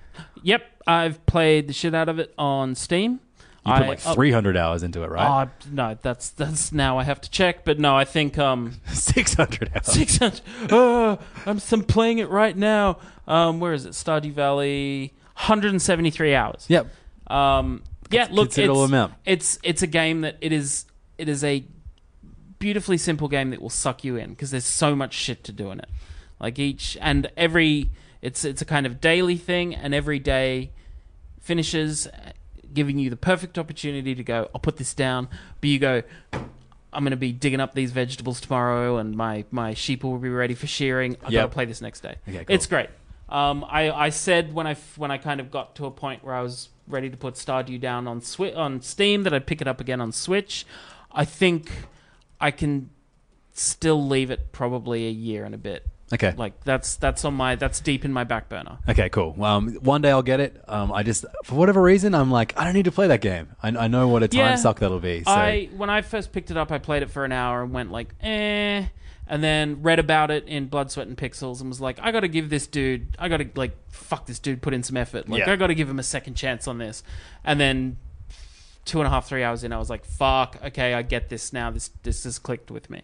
Yep. I've played the shit out of it on Steam.
You put
I-
like
oh,
300 hours into it, right?
Oh, no, that's that's now I have to check, but no, I think um
600 hours.
six hundred. Oh, I'm some playing it right now. Um, where is it? Stardew Valley, 173 hours.
Yep.
Um, yeah, look,
considerable
it's,
amount.
it's it's a game that it is it is a beautifully simple game that will suck you in because there's so much shit to do in it. Like each and every it's it's a kind of daily thing and every day finishes uh, giving you the perfect opportunity to go I'll put this down but you go I'm going to be digging up these vegetables tomorrow and my my sheep will be ready for shearing. I got to
Yep.
play this next day.
Okay, cool.
It's great. Um, I, I said when I f- when I kind of got to a point where I was ready to put Stardew down on Swi- on Steam that I'd pick it up again on Switch. I think I can still leave it probably a year and a bit.
Okay.
Like that's that's on my that's deep in my back burner.
Okay, cool. Um, one day I'll get it. Um, I just, for whatever reason, I'm like, I don't need to play that game. I, I know what a time
Yeah.
suck that'll be. So
I when I first picked it up, I played it for an hour and went like, eh, and then read about it in Blood, Sweat, and Pixels and was like, I got to give this dude, I got to like, fuck this dude, put in some effort. Like,
Yeah.
I got to give him a second chance on this. And then two and a half, three hours in, I was like, fuck, okay, I get this now. This this has clicked with me.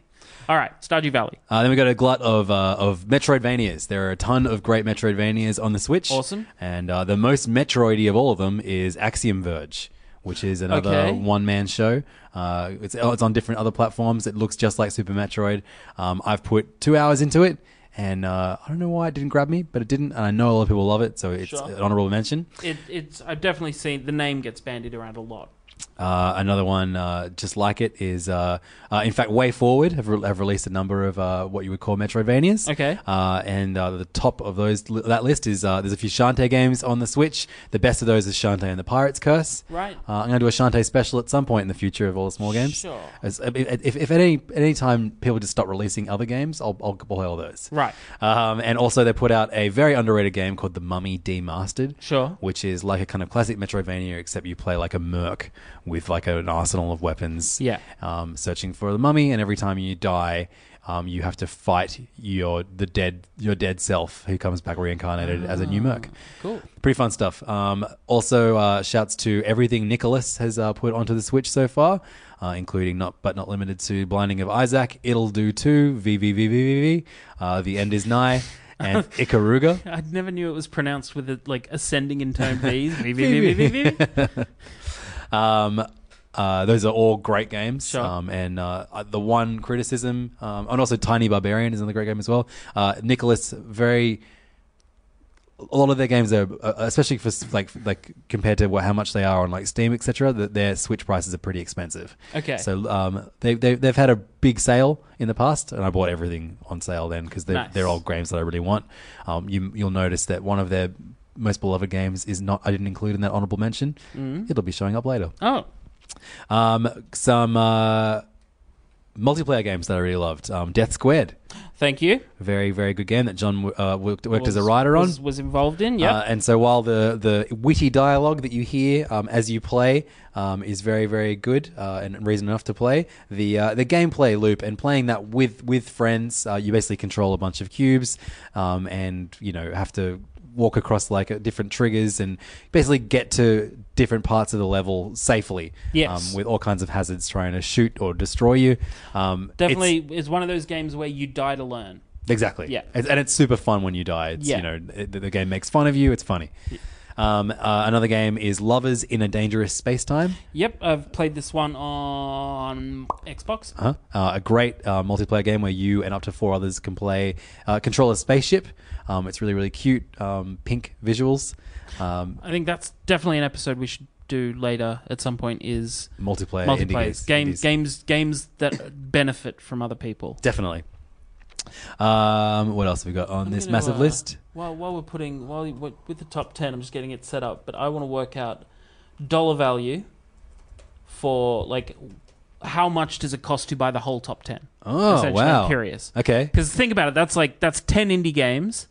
All right, Stardew Valley,
Uh, then we got a glut of uh, of Metroidvanias. There are a ton of great Metroidvanias on the Switch.
Awesome.
And uh, the most Metroidy of all of them is Axiom Verge, which is another
Okay.
one man show. Uh, it's oh, it's on different other platforms. It looks just like Super Metroid. Um, I've put two hours into it, and uh, I don't know why it didn't grab me, but it didn't. And I know a lot of people love it, so it's
Sure.
an honorable mention.
it, it's I've definitely seen the name gets bandied around a lot.
Uh, another one uh, just like it is, uh, uh, in fact, Way Forward have, re- have released a number of uh, what you would call Metroidvanias.
Okay.
Uh, and uh, the top of those li- that list is uh, there's a few Shantae games on the Switch. The best of those is Shantae and the Pirate's Curse.
Right.
Uh, I'm going to do a Shantae special at some point in the future of all the small games.
Sure.
As, uh, if, if, if at any at any time people just stop releasing other games, I'll, I'll play all those.
Right.
Um, and also, they put out a very underrated game called The Mummy Demastered.
Sure.
Which is like a kind of classic Metroidvania, except you play like a merc with like an arsenal of weapons.
Yeah.
Um, searching for the mummy, and every time you die, um, you have to fight your the dead your dead self who comes back reincarnated as a new merc. Cool. Pretty fun stuff. Um, also, uh, shouts to everything Nicholas has uh, put onto the Switch so far, uh, including not but not limited to Blinding of Isaac, It'll Do Too, VVVVVV, uh, The End Is Nigh, and Ikaruga.
I never knew it was pronounced with a, like ascending in tone V's. V, V, V, V, V, V.
Um, uh, those are all great games.
Sure.
Um, and uh, uh, the one criticism, um, and also Tiny Barbarian is another great game as well. Uh, Nicholas, very. A lot of their games are, uh, especially for s- like like compared to what, how much they are on like Steam, etc. That their Switch prices are pretty expensive.
Okay.
So um, they, they they've had a big sale in the past, and I bought everything on sale then because they're,
Nice.
they're all games that I really want. Um, you, you'll notice that one of their most beloved games is not I didn't include in that honorable mention.
Mm.
It'll be showing up later.
Oh,
Um, some uh, multiplayer games that I really loved. Um, Death Squared,
thank you.
very very good game that John uh, worked, worked as a
was-
writer on.
was, was involved in. Yeah,
Uh, and so while the, the witty dialogue that you hear um, as you play um, is very very good uh, and reason enough to play, the uh, the gameplay loop and playing that with with friends, uh, you basically control a bunch of cubes um, and you know have to walk across like uh, different triggers and basically get to different parts of the level safely.
Yes.
Um, with all kinds of hazards trying to shoot or destroy you. Um, it's-
Definitely is one of those games where you die to learn.
Exactly.
Yeah.
It's- and it's super fun when you die. It's,
Yeah.
You know, it- the game makes fun of you. It's funny. Um, uh, another game is Lovers in a Dangerous Space Time.
Yep, I've played this one on Xbox.
Uh-huh. Uh, a great uh, multiplayer game where you and up to four others can play uh, control a spaceship. Um, it's really really cute, um, pink visuals. Um,
I think that's definitely an episode we should do later at some point. Is
multiplayer, indie
multiplayer games,
indies.
games, games that benefit from other people.
Definitely. Um, what else have we got on this
gonna,
massive
uh,
list?
While while we're putting while you- wi- with the top ten, I'm just getting it set up. But I want to work out dollar value for like how much does it cost to buy the whole top ten?
Oh,
Essentially,
wow.
I'm curious.
Okay.
Because think about it, that's like that's ten indie games,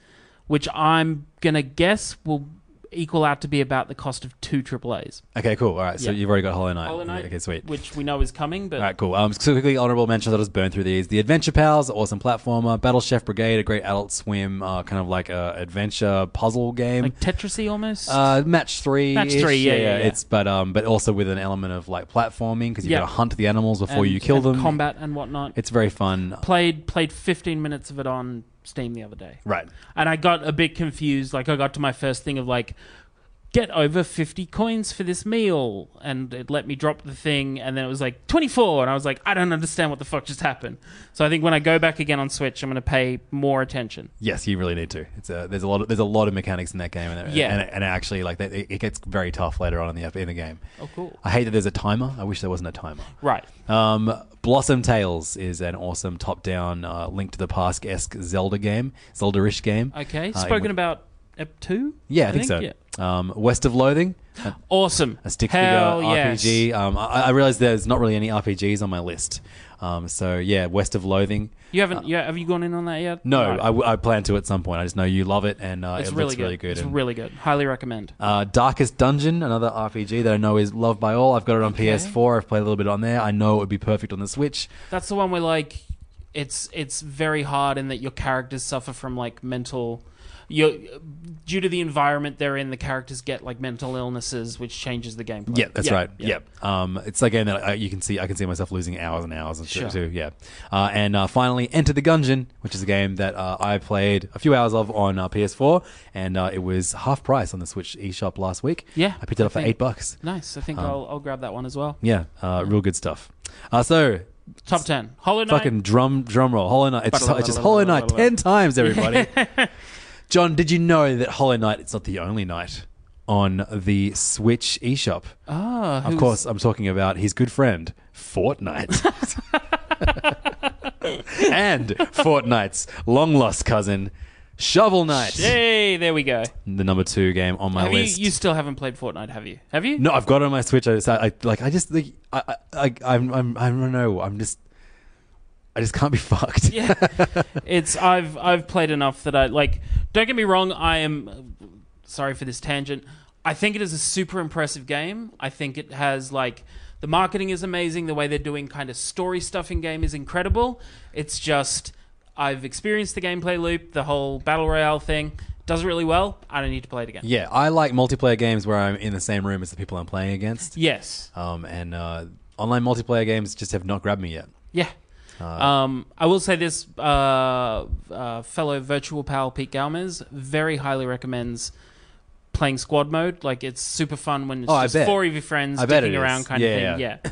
which I'm gonna guess will equal out to be about the cost of two AAA's.
Okay, cool. All right, so
Yeah.
you've already got Hollow Knight.
Hollow Knight,
Uh, Okay, sweet.
Which we know is coming, but
All right, cool. Um, so quickly, honorable mentions. I'll just burn through these. The Adventure Pals, awesome platformer. Battle Chef Brigade, a great adult swim, uh, kind of like a adventure puzzle game.
like Tetrisy almost.
uh, match three.
Match three, yeah, yeah, yeah.
It's but um, but also with an element of like platforming because you
Yeah.
got to hunt the animals before
and-
you kill
and
them.
Combat and whatnot.
It's very fun.
played played 15 minutes of it on Steam the other day.
Right.
And I got a bit confused. Like I got to my first thing of like get over 50 coins for this meal and it let me drop the thing and then it was like 24 and I was like I don't understand what the fuck just happened. So I think when I go back again on Switch I'm going to pay more attention.
Yes, you really need to. It's a, there's a lot of there's a lot of mechanics in that game, and,
Yeah.
and, and actually like it, it gets very tough later on in the ep- in the game.
Oh, cool.
I hate that there's a timer. I wish there wasn't a timer.
Right.
Um, Blossom Tales is an awesome top-down uh, Link to the Past-esque Zelda game, Zelda-ish game.
Okay.
Uh,
Spoken
in-
about Ep 2?
Yeah, I, think, so. Um, West of Loathing, a,
Awesome.
a stick
Hell
figure
yes.
RPG. Um, I, I realize there's not really any RPGs on my list. Um, so yeah, West of Loathing.
You haven't yeah, have you gone in on that yet?
Uh, No, I
Right.
w- I, plan to at some point. I just know you love it, and uh,
it's
it
really
looks
good.
really good.
It's
and-
really good. Highly recommend.
Uh, Darkest Dungeon, another RPG that I know is loved by all. I've got it on PS4. I've played a little bit on there. I know it would be perfect on the Switch.
That's the one where like it's it's very hard in that your characters suffer from like mental you due to the environment they're in the characters get like mental illnesses which changes the gameplay.
Yeah, that's right. Yep. Um, it's a game that I, you can see. I can see myself losing hours and hours and shit
Sure.
too. Yeah. Uh, and uh, finally, Enter the Gungeon, which is a game that uh, I played a few hours of on uh, PS4, and uh, it was half price on the Switch eShop last week.
Yeah,
I picked it
I
up for
think-
eight bucks.
Nice. I think
Um,
I'll I'll grab that one as well.
Yeah, uh, real good stuff. Uh, so
Top 10. Hollow Knight.
fucking drum drum roll, Hollow Knight. It's, it's just Hollow Knight ten times, everybody. John, did you know that Hollow Knight? It's not the only night on the Switch eShop.
Ah,
Of
who's-
course, I'm talking about his good friend, Fortnite. and Fortnite's long lost cousin, Shovel Knight.
Yay, there we go.
The number two game on my
Have you,
list.
you still haven't played Fortnite, have you? Have you?
no, I've got it on my Switch. I just, I, I- like, I just, like, I, I, I, I'm, I'm, I don't know. I'm just, I just can't be fucked.
yeah. It's I've I've played enough that I like. Don't get me wrong. I am sorry for this tangent. I think it is a super impressive game. I think it has like the marketing is amazing. The way they're doing kind of story stuff in game is incredible. It's just I've experienced the gameplay loop, the whole battle royale thing. Does it really well. I don't need to play it again.
Yeah, I like multiplayer games where I'm in the same room as the people I'm playing against.
Yes.
Um, and uh, online multiplayer games just have not grabbed me yet.
Yeah.
Uh,
um, I will say this uh, uh, fellow virtual pal Pete Galmers very highly recommends playing squad mode. Like it's super fun when it's
Oh, I
just
bet.
four of your friends
I bet
dicking
it is.
around kind
Yeah,
of thing.
yeah.
Yeah,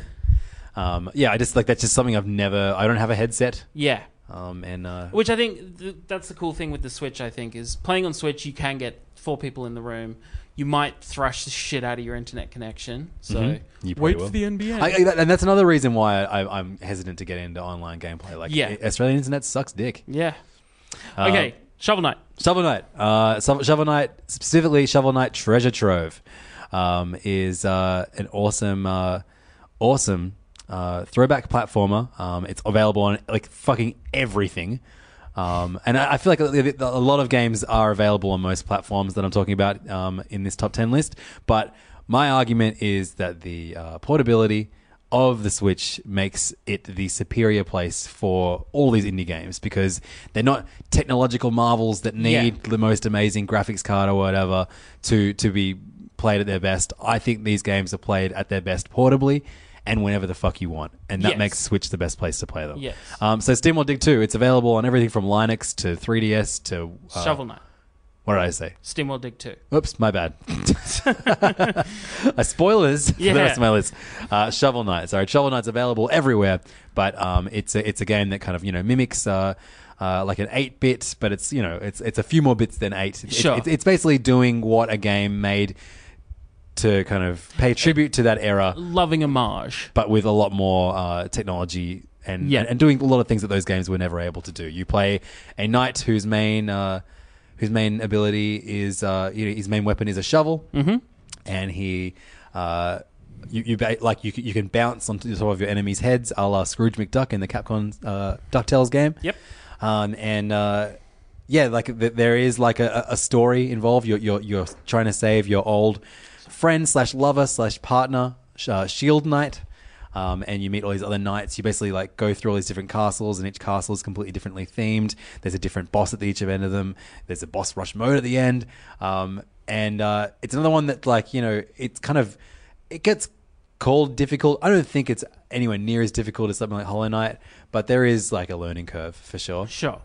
Um, yeah, I just like that's just something I've never. I don't have a headset.
yeah.
Um, and uh,
Which I think th- that's the cool thing with the Switch. I think is playing on Switch, you can get four people in the room. You might thrash the shit out of your internet connection. So
Mm-hmm. You probably
wait
will.
for the NBA.
I, I- that- and that's another reason why I, I'm hesitant to get into online gameplay. Like,
Yeah.
Australian internet sucks dick.
yeah.
Uh,
Okay, Shovel Knight.
Shovel Knight, uh, Sho- Shovel Knight specifically, Shovel Knight Treasure Trove, um, is uh, an awesome, uh, awesome uh, throwback platformer. Um, it's available on like fucking everything. Um, and I I feel like a a lot of games are available on most platforms that I'm talking about um, in this top 10 list. But my argument is that the uh, portability of the Switch makes it the superior place for all these indie games because they're not technological marvels that need
Yeah.
the most amazing graphics card or whatever to to be played at their best. I think these games are played at their best portably and whenever the fuck you want, and that
Yes.
makes Switch the best place to play them.
Yes.
Um, so Steam on Dig 2, it's available on everything from Linux to 3DS to uh,
Shovel Knight,
What did I say?
SteamWorld Dig Two.
Oops, my bad. uh, spoilers for the
Yeah.
rest of my list. Uh, Shovel Knight. Sorry, Shovel Knight's available everywhere, but um, it's a, it's a game that kind of you know mimics. Uh, uh, like an eight bit, but it's you know it's it's a few more bits than eight. It's-
Sure.
it's, it's basically doing what a game made to kind of pay tribute to that era,
Loving homage.
but with a lot more uh, technology and,
Yeah.
and and doing a lot of things that those games were never able to do. You play a knight whose main uh, whose main ability is uh, you know, his main weapon is a shovel, mm-hmm. and he. Uh, you, you ba- like you, c- you can bounce onto the top of your enemies' heads, a la Scrooge McDuck in the Capcom uh, Ducktales game.
Yep.
Um, and uh, yeah, like th- there is like a, a story involved. You're, you're you're trying to save your old friend slash lover slash partner, sh- uh, Shield Knight. Um, and you meet all these other knights. You basically like go through all these different castles, and each castle is completely differently themed. There's a different boss at the each of end of them. There's a boss rush mode at the end, um, and uh, it's another one that like you know it's kind of it gets called difficult. I don't think it's anywhere near as difficult as something like Hollow Knight, but there is like a learning curve for sure.
Sure.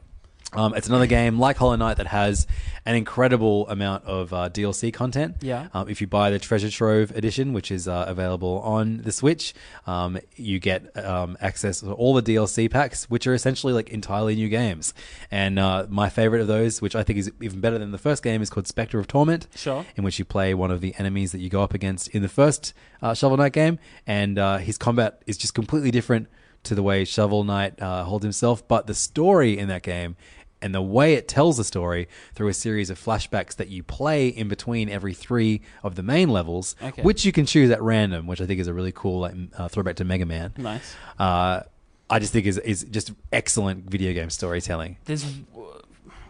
Um, it's another game like Hollow Knight that has an incredible amount of uh, DLC content.
Yeah.
Um, if you buy the Treasure Trove edition, which is uh, available on the Switch, um, you get um, access to all the DLC packs, which are essentially like entirely new games. And uh, my favorite of those, which I think is even better than the first game, is called Spectre of Torment.
Sure.
In which you play one of the enemies that you go up against in the first uh, Shovel Knight game, and uh, his combat is just completely different to the way Shovel Knight uh, holds himself. But the story in that game and the way it tells the story through a series of flashbacks that you play in between every three of the main levels,
Okay.
which you can choose at random, which I think is a really cool like, m- uh, throwback to Mega Man.
Nice.
Uh, I just think is is just excellent video game storytelling.
there's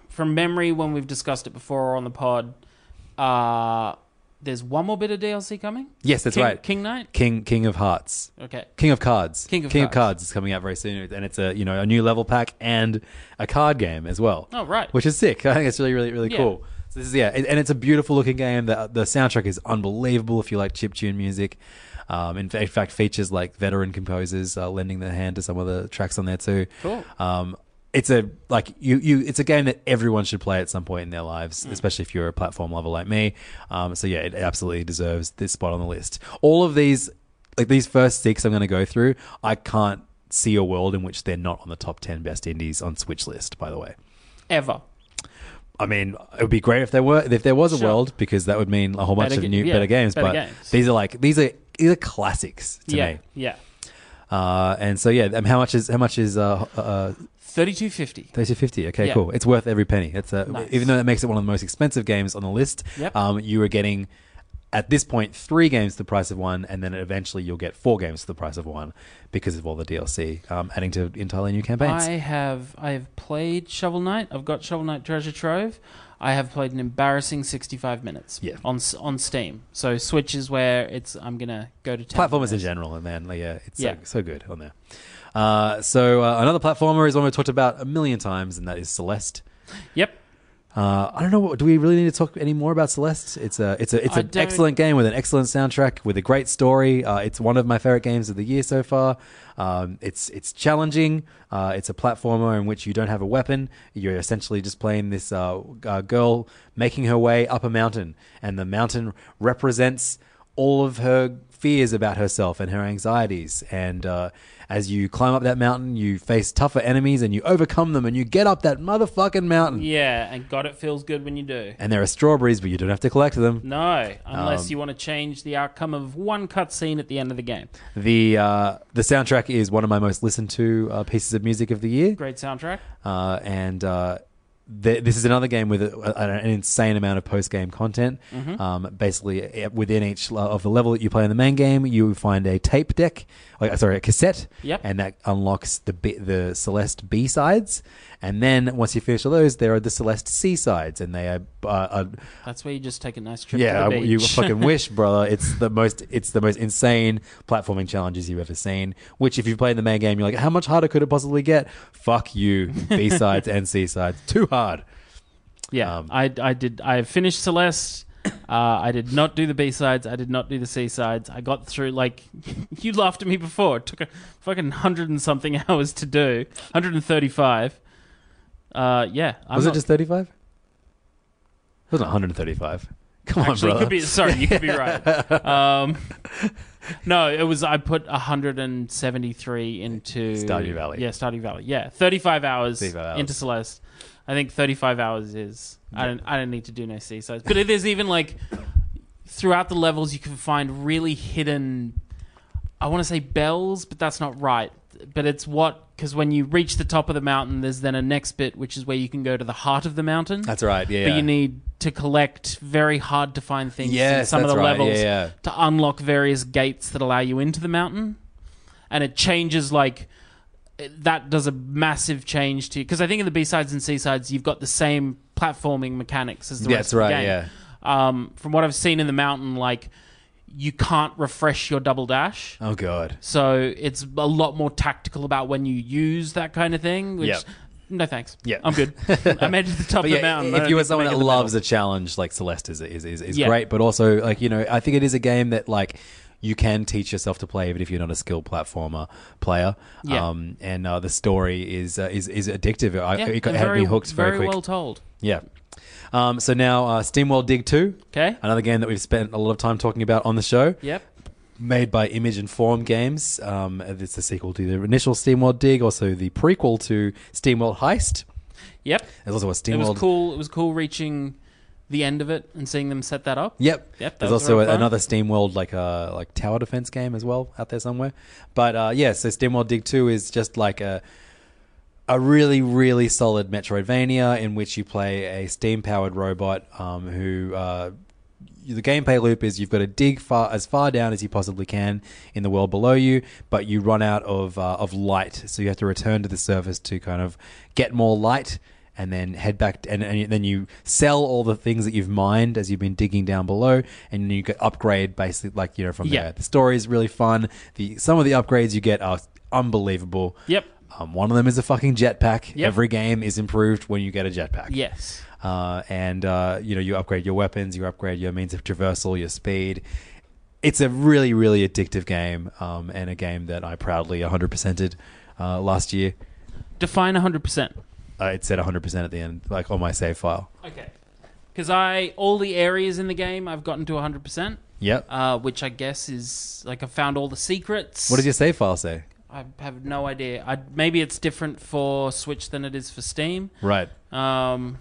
from memory when we've discussed it before on the pod. Uh, there's one more bit of DLC coming.
Yes, that's
King-
right.
King Knight.
King King of Hearts.
Okay.
King of Cards.
King of Cards.
is coming out very soon, and it's a you know a new level pack and a card game as well.
Oh, right.
which is sick. I think it's really really really
Yeah.
cool. So this is yeah, and and it's a beautiful looking game. The the soundtrack is unbelievable if you like chiptune music. Um, in, fa- in fact, features like veteran composers uh, lending their hand to some of the tracks on there too.
Cool.
Um, it's a like you you it's a game that everyone should play at some point in their
Mm.
lives, especially if you're a platform lover like me. Um, so yeah, it absolutely deserves this spot on the list. All of these like these first six I'm going to go through, I can't see a world in which they're not on the top 10 best indies on Switch list, by the way.
Ever.
I mean, it would be great if there were if there was a
Sure.
world because that would mean a whole bunch
Better
of
ga-
new
yeah,
better games,
better
but
games.
these are like these are these are classics to
yeah.
me.
Yeah.
Uh, and so yeah, um, how much is how much is uh, uh
Thirty-two fifty.
Thirty fifty. Okay,
Yeah.
cool. It's worth every penny. It's a,
Nice.
even though that makes it one of the most expensive games on the list.
Yep.
Um, you are getting at this point three games the price of one, and then eventually you'll get four games the price of one because of all the DLC um, adding to entirely new campaigns.
I have I have played Shovel Knight. I've got Shovel Knight Treasure Trove. I have played an embarrassing sixty-five minutes.
Yeah.
On s- on Steam. So Switch is where it's. I'm gonna go to 10
Platformers in
minutes.
general, man, like, yeah, it's
Yeah.
So, so good on there. Uh, so uh, another platformer is one we've talked about a million times, and that is Celeste.
Yep.
Uh, I don't know. What, do we really need to talk any more about Celeste? It's a it's a it's
I
an
don't-
excellent game with an excellent soundtrack with a great story. Uh, it's one of my favorite games of the year so far. Um, it's it's challenging. Uh, it's a platformer in which you don't have a weapon. You're essentially just playing this uh, uh, girl making her way up a mountain, and the mountain represents all of her fears about herself and her anxieties. And uh, as you climb up that mountain, you face tougher enemies and you overcome them, and you get up that motherfucking mountain
Yeah, and God, it feels good when you do.
and there are strawberries, but you don't have to collect them.
No,
Um,
unless you want to change the outcome of one cutscene at the end of the game.
The uh, the soundtrack is one of my most listened to uh, pieces of music of the year,
Great soundtrack.
uh, and uh, th- this is another game with a, a- an insane amount of post game content. Um, basically, eh, within each lo- of the level that you play in the main game, you find a tape deck, like, sorry, a cassette,
Yep.
and that unlocks the bi- the Celeste B sides. And then once you finish all those, there are the Celeste C sides, and they are. Uh, are
That's where you just take a nice trip.
yeah,
to
I-
the beach.
you fucking wish, brother. It's the most, it's the most insane platforming challenges you've ever seen. Which, if you play the main game, you're like, how much harder could it possibly get? Fuck you, B sides and C sides, too hard.
Yeah,
Um,
I I did. I finished Celeste. Uh, I did not do the B sides. I did not do the C sides. I got through like you laughed at me before. It took a fucking hundred and something hours to do. Hundred and thirty-five. Uh, yeah. I'm
was
not-
it just 35? It wasn't 135. Come
Actually,
on,
it
brother.
could be. Sorry, you could be right. Um, no, it was. I put hundred and seventy-three into
Stardew Valley.
Yeah, Stardew Valley. Yeah, thirty-five hours
35 hours.
into Celeste. I think thirty-five hours is. I don't. I don't need to do no C sides, but it is even like throughout the levels you can find really hidden. I want to say bells, but that's not right. But it's what because when you reach the top of the mountain, there's then a next bit which is where you can go to the heart of the mountain.
That's right. Yeah.
But
yeah.
you need to collect very hard to find things in
Yes,
some of
that's
the
right.
levels
Yeah, yeah.
to unlock various gates that allow you into the mountain. And it changes like that does a massive change to because I think in the B sides and C sides you've got the same platforming mechanics as the
That's
rest of the
right,
game.
yeah.
Um, from what I've seen in the mountain, like you can't refresh your double dash.
Oh god.
So it's a lot more tactical about when you use that kind of thing. Which,
Yep.
No thanks.
Yeah.
I'm good. I made it to the top
But
of the
yeah,
mountain. I
if
don't
you were
need to
someone
make
that
it the middle.
loves a challenge, like Celeste is is is, is
Yeah.
great, but also like you know, I think it is a game that like you can teach yourself to play, even if you're not a skilled platformer player.
Yeah.
Um, and uh, the story is uh, is is addictive. I,
Yeah,
it
they're
got, had me hooked very,
very
quick.
well told.
Yeah. Um, so now, uh, SteamWorld Dig Two.
'Kay.
Another game that we've spent a lot of time talking about on the show.
Yep.
made by Image and Form Games. Um, it's the sequel to the initial SteamWorld Dig, also the prequel to SteamWorld Heist.
Yep.
There's also a SteamWorld.
It was cool. It was cool reaching the end of it and seeing them set that up.
Yep.
Yep, that
There's
was
also
very fun.
another SteamWorld like uh, like tower defense game as well out there somewhere. But uh, yeah, so SteamWorld Dig Two is just like a a really really solid Metroidvania in which you play a steam powered robot um, who. Uh, the gameplay loop is you've got to dig far as far down as you possibly can in the world below you, but you run out of uh, of light, so you have to return to the surface to kind of get more light, and then head back, and, and then you sell all the things that you've mined as you've been digging down below, and you get upgrade basically like you know from
Yeah.
there. The story is really fun. The some of the upgrades you get are unbelievable.
Yep.
Um, one of them is a fucking jetpack.
Yep.
Every game is improved when you get a jetpack.
Yes.
Uh, and uh, you know you upgrade your weapons, you upgrade your means of traversal, your speed. It's a really, really addictive game, um, and a game that I proudly 100%ed uh, last year.
Define 100%.
Uh, it said 100% at the end, like on my save file.
Okay. Because I all the areas in the game I've gotten to 100%,
Yep.
uh, which I guess is like I found all the secrets.
what does your save file say?
I have no idea. I, maybe it's different for Switch than it is for Steam.
Right.
Um,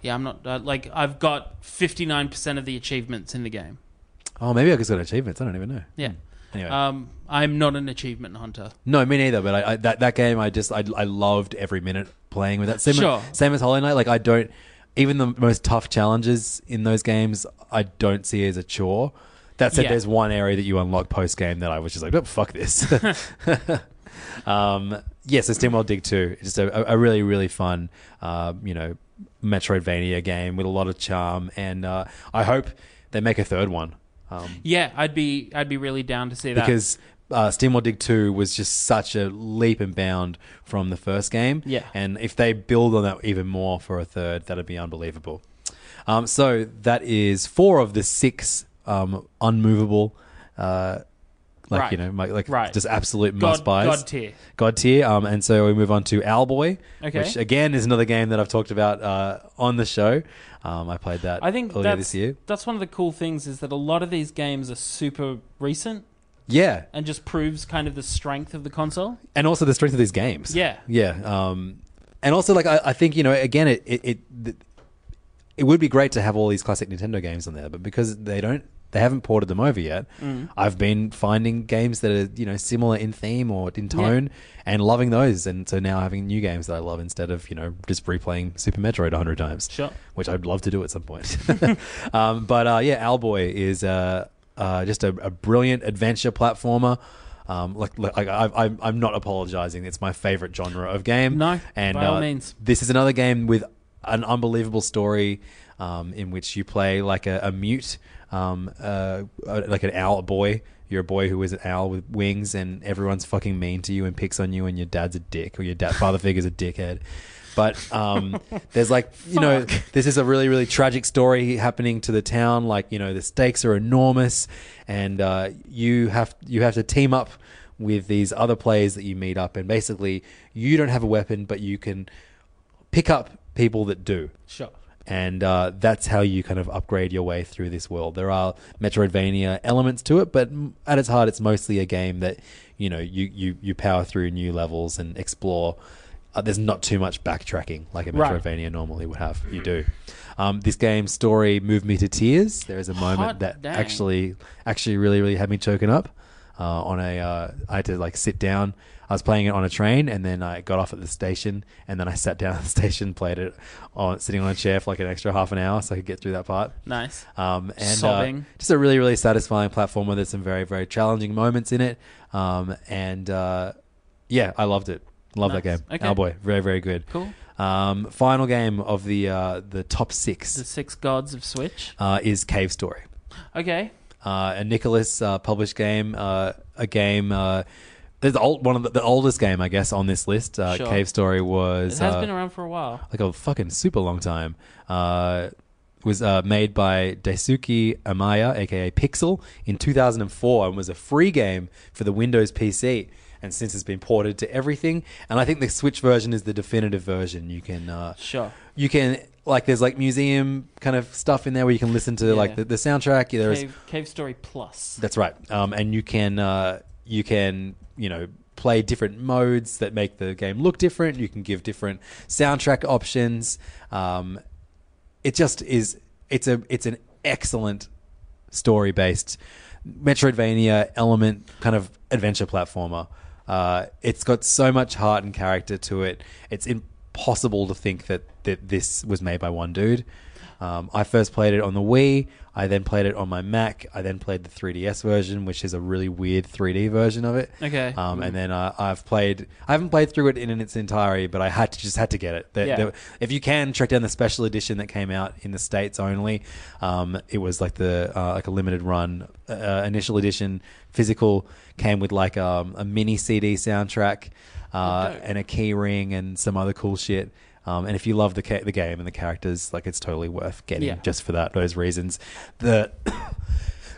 yeah, I'm not uh, like I've got 59% of the achievements in the game.
Oh, maybe I just got achievements. I don't even know.
Yeah.
Anyway.
Um, I'm not an achievement hunter.
No, me neither. But I, I that that game, I just I, I loved every minute playing with that. Same,
Sure.
same as Hollow Knight. Like I don't even the most tough challenges in those games, I don't see as a chore. That said,
Yeah.
there's one area that you unlock post game that I was just like, oh, fuck this. um, yeah, so SteamWorld Dig Two, just a, a really really fun, uh, you know, Metroidvania game with a lot of charm, and uh, I hope they make a third one. Um,
Yeah, I'd be I'd be really down to see that.
because uh, SteamWorld Dig 2 was just such a leap and bound from the first game.
Yeah.
And if they build on that even more for a third, that'd be unbelievable. Um, so that is four of the six um, unmovable, uh, like,
Right.
you know, like, like
Right.
just absolute
God-
must buys.
God tier.
God tier. Um, and so we move on to Owlboy,
Okay.
which again is another game that I've talked about uh, on the show. Um, I played that
I think
earlier
that's,
this year.
that's one of the cool things is that a lot of these games are super recent
Yeah.
and just proves kind of the strength of the console.
and also the strength of these games.
Yeah.
yeah. Um, and also, like I, I think you know, again, it it, it th- it would be great to have all these classic Nintendo games on there, but because they don't, they haven't ported them over yet.
Mm.
I've been finding games that are you know similar in theme or in tone, and loving those. And so now having new games that I love instead of you know just replaying Super Metroid hundred times,
Sure.
which I'd love to do at some point. um, but uh, yeah, Owlboy is uh, uh, just a, a brilliant adventure platformer. Um, like, like I, I, I'm- I'm not apologizing. It's my favorite genre of game.
No,
and
by all
uh,
means.
this is another game with an unbelievable story um, in which you play like a, a mute, um, uh, uh, like an owl boy. You're a boy who is an owl with wings, and everyone's fucking mean to you and picks on you, and your dad's a dick or your dad father figure's a dickhead. But um, there's like you know this is a really really tragic story happening to the town. Like you know the stakes are enormous, and uh, you have you have to team up with these other players that you meet up, and basically you don't have a weapon, but you can pick up people that do.
Sure.
And uh, that's how you kind of upgrade your way through this world. There are Metroidvania elements to it, but m- at its heart, it's mostly a game that you know you you, you power through new levels and explore. Uh, there's not too much backtracking like a
Right.
Metroidvania normally would have. You do. Um, this game's story moved me to tears. There is a moment
Hot
that
dang.
actually actually really really had me choking up. Uh, on a, uh, I had to like sit down. I was playing it on a train, and then I got off at the station, and then I sat down at the station, played it on sitting on a chair for like an extra half an hour, so I could get through that part.
Nice.
Um, and uh,
Sobbing.
just a really really satisfying platformer. There's some very very challenging moments in it, um, and uh, yeah, I loved it. Love that
Nice.
game.
Okay.
Oh boy, very very good.
Cool.
Um, final game of the uh, the top
The
six
Six Gods of Switch.
uh, is Cave Story
Okay.
uh, a Nicholas uh, published game, uh, a game. Uh, the old, one of the, the oldest game, I guess, on this list. Uh,
Sure.
Cave Story
It
was
has
uh,
been around for a while.
like a fucking super long time. Uh, was uh, made by Daisuke Amaya, aka Pixel, in 2004, and was a free game for the Windows PC. And since it's been ported to everything, and I think the Switch version is the definitive version. You can uh,
Sure.
you can like there's like museum kind of stuff in there where you can listen to like the, the soundtrack. There's
Cave, Cave Story Plus.
that's right. Um, and you can uh, you can you know play different modes that make the game look different. You can give different soundtrack options. Um, it just is. It's a it's an excellent story based Metroidvania element kind of adventure platformer. Uh, it's got so much heart and character to it. It's impossible to think that, that this was made by one dude. Um, I first played it on the Wii. I then played it on my Mac. I then played the 3DS version, which is a really weird 3D version of it.
Okay.
Um, And then uh, I've played. I haven't played through it in its entirety, but I had to just had to get it. There-
Yeah.
there- if you can track down the special edition that came out in the states only, um, it was like the uh, like a limited run uh, initial edition physical came with like um, a mini CD soundtrack uh, and a key ring and some other cool shit. Um, and if you love the ca- the game and the characters, like it's totally worth getting
Yeah.
just for that those reasons. The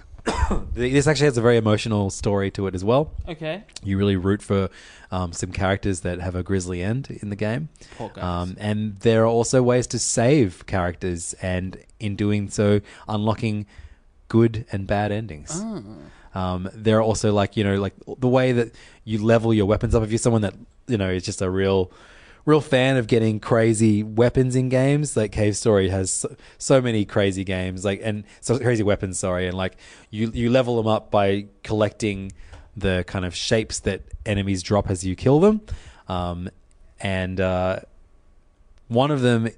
this actually has a very emotional story to it as well.
Okay.
You really root for um, some characters that have a grisly end in the game.
Poor guys.
Um, and there are also ways to save characters, and in doing so, unlocking good and bad endings.
Ah,
Um, there are also like you know like the way that you level your weapons up. If you're someone that you know is just a real real fan of getting crazy weapons in games like cave story has so, so many crazy games like and so crazy weapons sorry and like you you level them up by collecting the kind of shapes that enemies drop as you kill them um, and uh, one of them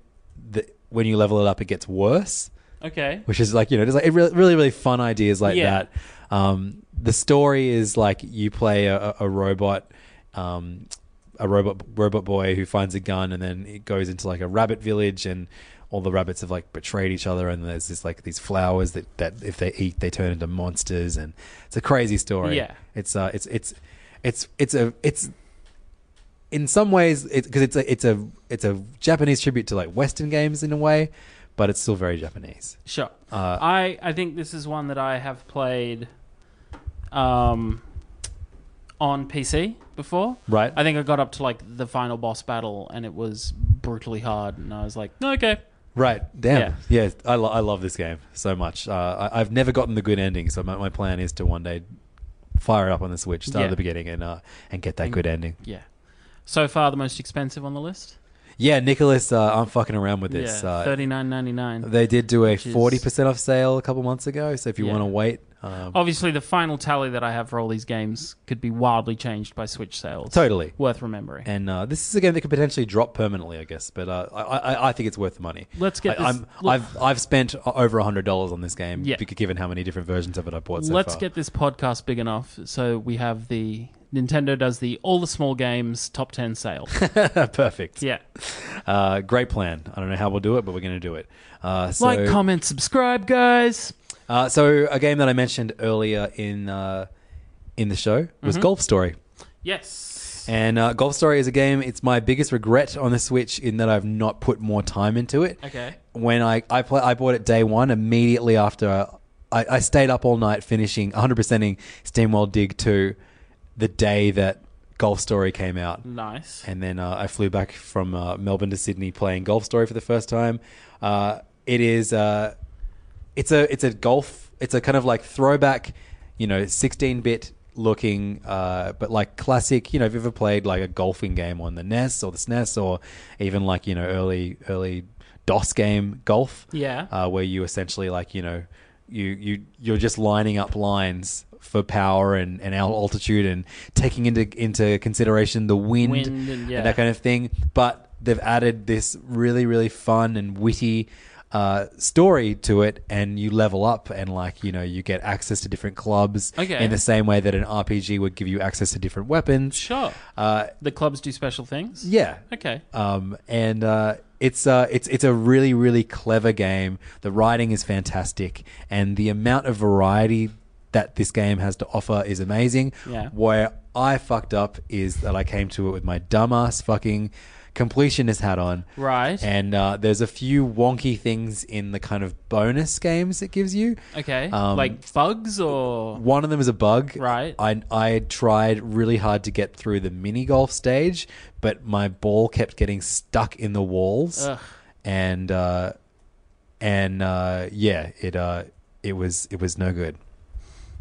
that when you level it up it gets worse
Okay.
which is like you know just like it really really, really fun ideas like
Yeah.
that um, the story is like you play a, a- a robot um, a robot robot boy who finds a gun and then it goes into like a rabbit village and all the rabbits have like betrayed each other and there's this like these flowers that, that if they eat they turn into monsters and it's a crazy story
Yeah.
it's uh it's it's it's it's a it's in some ways because it's a it's a it's a Japanese tribute to like Western games in a way but it's still very Japanese
Sure.
uh,
I I think this is one that I have played um on PC before.
Right.
I think I got up to like the final boss battle and it was brutally hard and I was like, "Okay."
Right. Damn. Yeah. I, lo- I love this game so much. Uh, I- I've never gotten the good ending, so my, my plan is to one day fire it up on the Switch, start
Yeah.
at the beginning, and uh, and get that good ending.
Yeah. So far the most expensive on the list.
Yeah, Nicholas, uh, I'm fucking around with this.
yeah,
Uh,
thirty nine ninety nine.
they did do a
is-
forty percent off sale a couple months ago, so if you
Yeah.
want to wait, um,
Obviously, the final tally that I have for all these games could be wildly changed by Switch sales.
Totally.
worth remembering.
and uh, this is a game that could potentially drop permanently, I guess. But uh, I, I, I think it's worth the money.
Let's get
I,
this-
I'm, I've I've spent o- over hundred dollars on this game,
Yeah.
bec- given how many different versions of it I bought. So
Let's
far.
get this podcast big enough so we have the Nintendo does the all the small games top ten sale.
perfect.
yeah,
Uh, great plan. I don't know how we'll do it, but we're going to do it. Uh, so,
like, comment, subscribe, guys.
uh, so a game that I mentioned earlier in uh, in the show
Mm-hmm.
was Golf Story.
Yes.
And uh, Golf Story is a game. It's my biggest regret on the Switch in that I've not put more time into it.
Okay.
When I I play, I bought it day one immediately after. uh, I, I stayed up all night finishing 100%ing SteamWorld Dig 2 the day that Golf Story came out.
Nice.
And then uh, I flew back from uh, Melbourne to Sydney playing Golf Story for the first time. Uh, it is uh, it's a it's a golf it's a kind of like throwback, you know, sixteen bit looking, uh, but like classic. You know, if you've ever played like a golfing game on the NES or the SNES or even like you know early early DOS game golf,
Yeah.
uh, where you essentially like you know you you you're just lining up lines for power and, and al- altitude and taking into into consideration the wind,
Wind and- yeah.
that kind of thing. But they've added this really really fun and witty uh, story to it, and you level up and like you know you get access to different clubs
Okay.
in the same way that an RPG would give you access to different weapons.
Sure.
Uh,
the clubs do special things.
yeah,
Okay.
um, and uh, it's uh, it's it's a really really clever game. The writing is fantastic, and the amount of variety that this game has to offer is amazing.
Yeah.
Where I fucked up is that I came to it with my dumbass fucking completionist hat on.
Right.
And uh, there's a few wonky things in the kind of bonus games it gives you.
Okay.
Um,
like bugs or
One of them is a bug.
Right.
I I had tried really hard to get through the mini golf stage, but my ball kept getting stuck in the walls,
Ugh.
and uh, and uh, yeah, it uh, it was it was no good,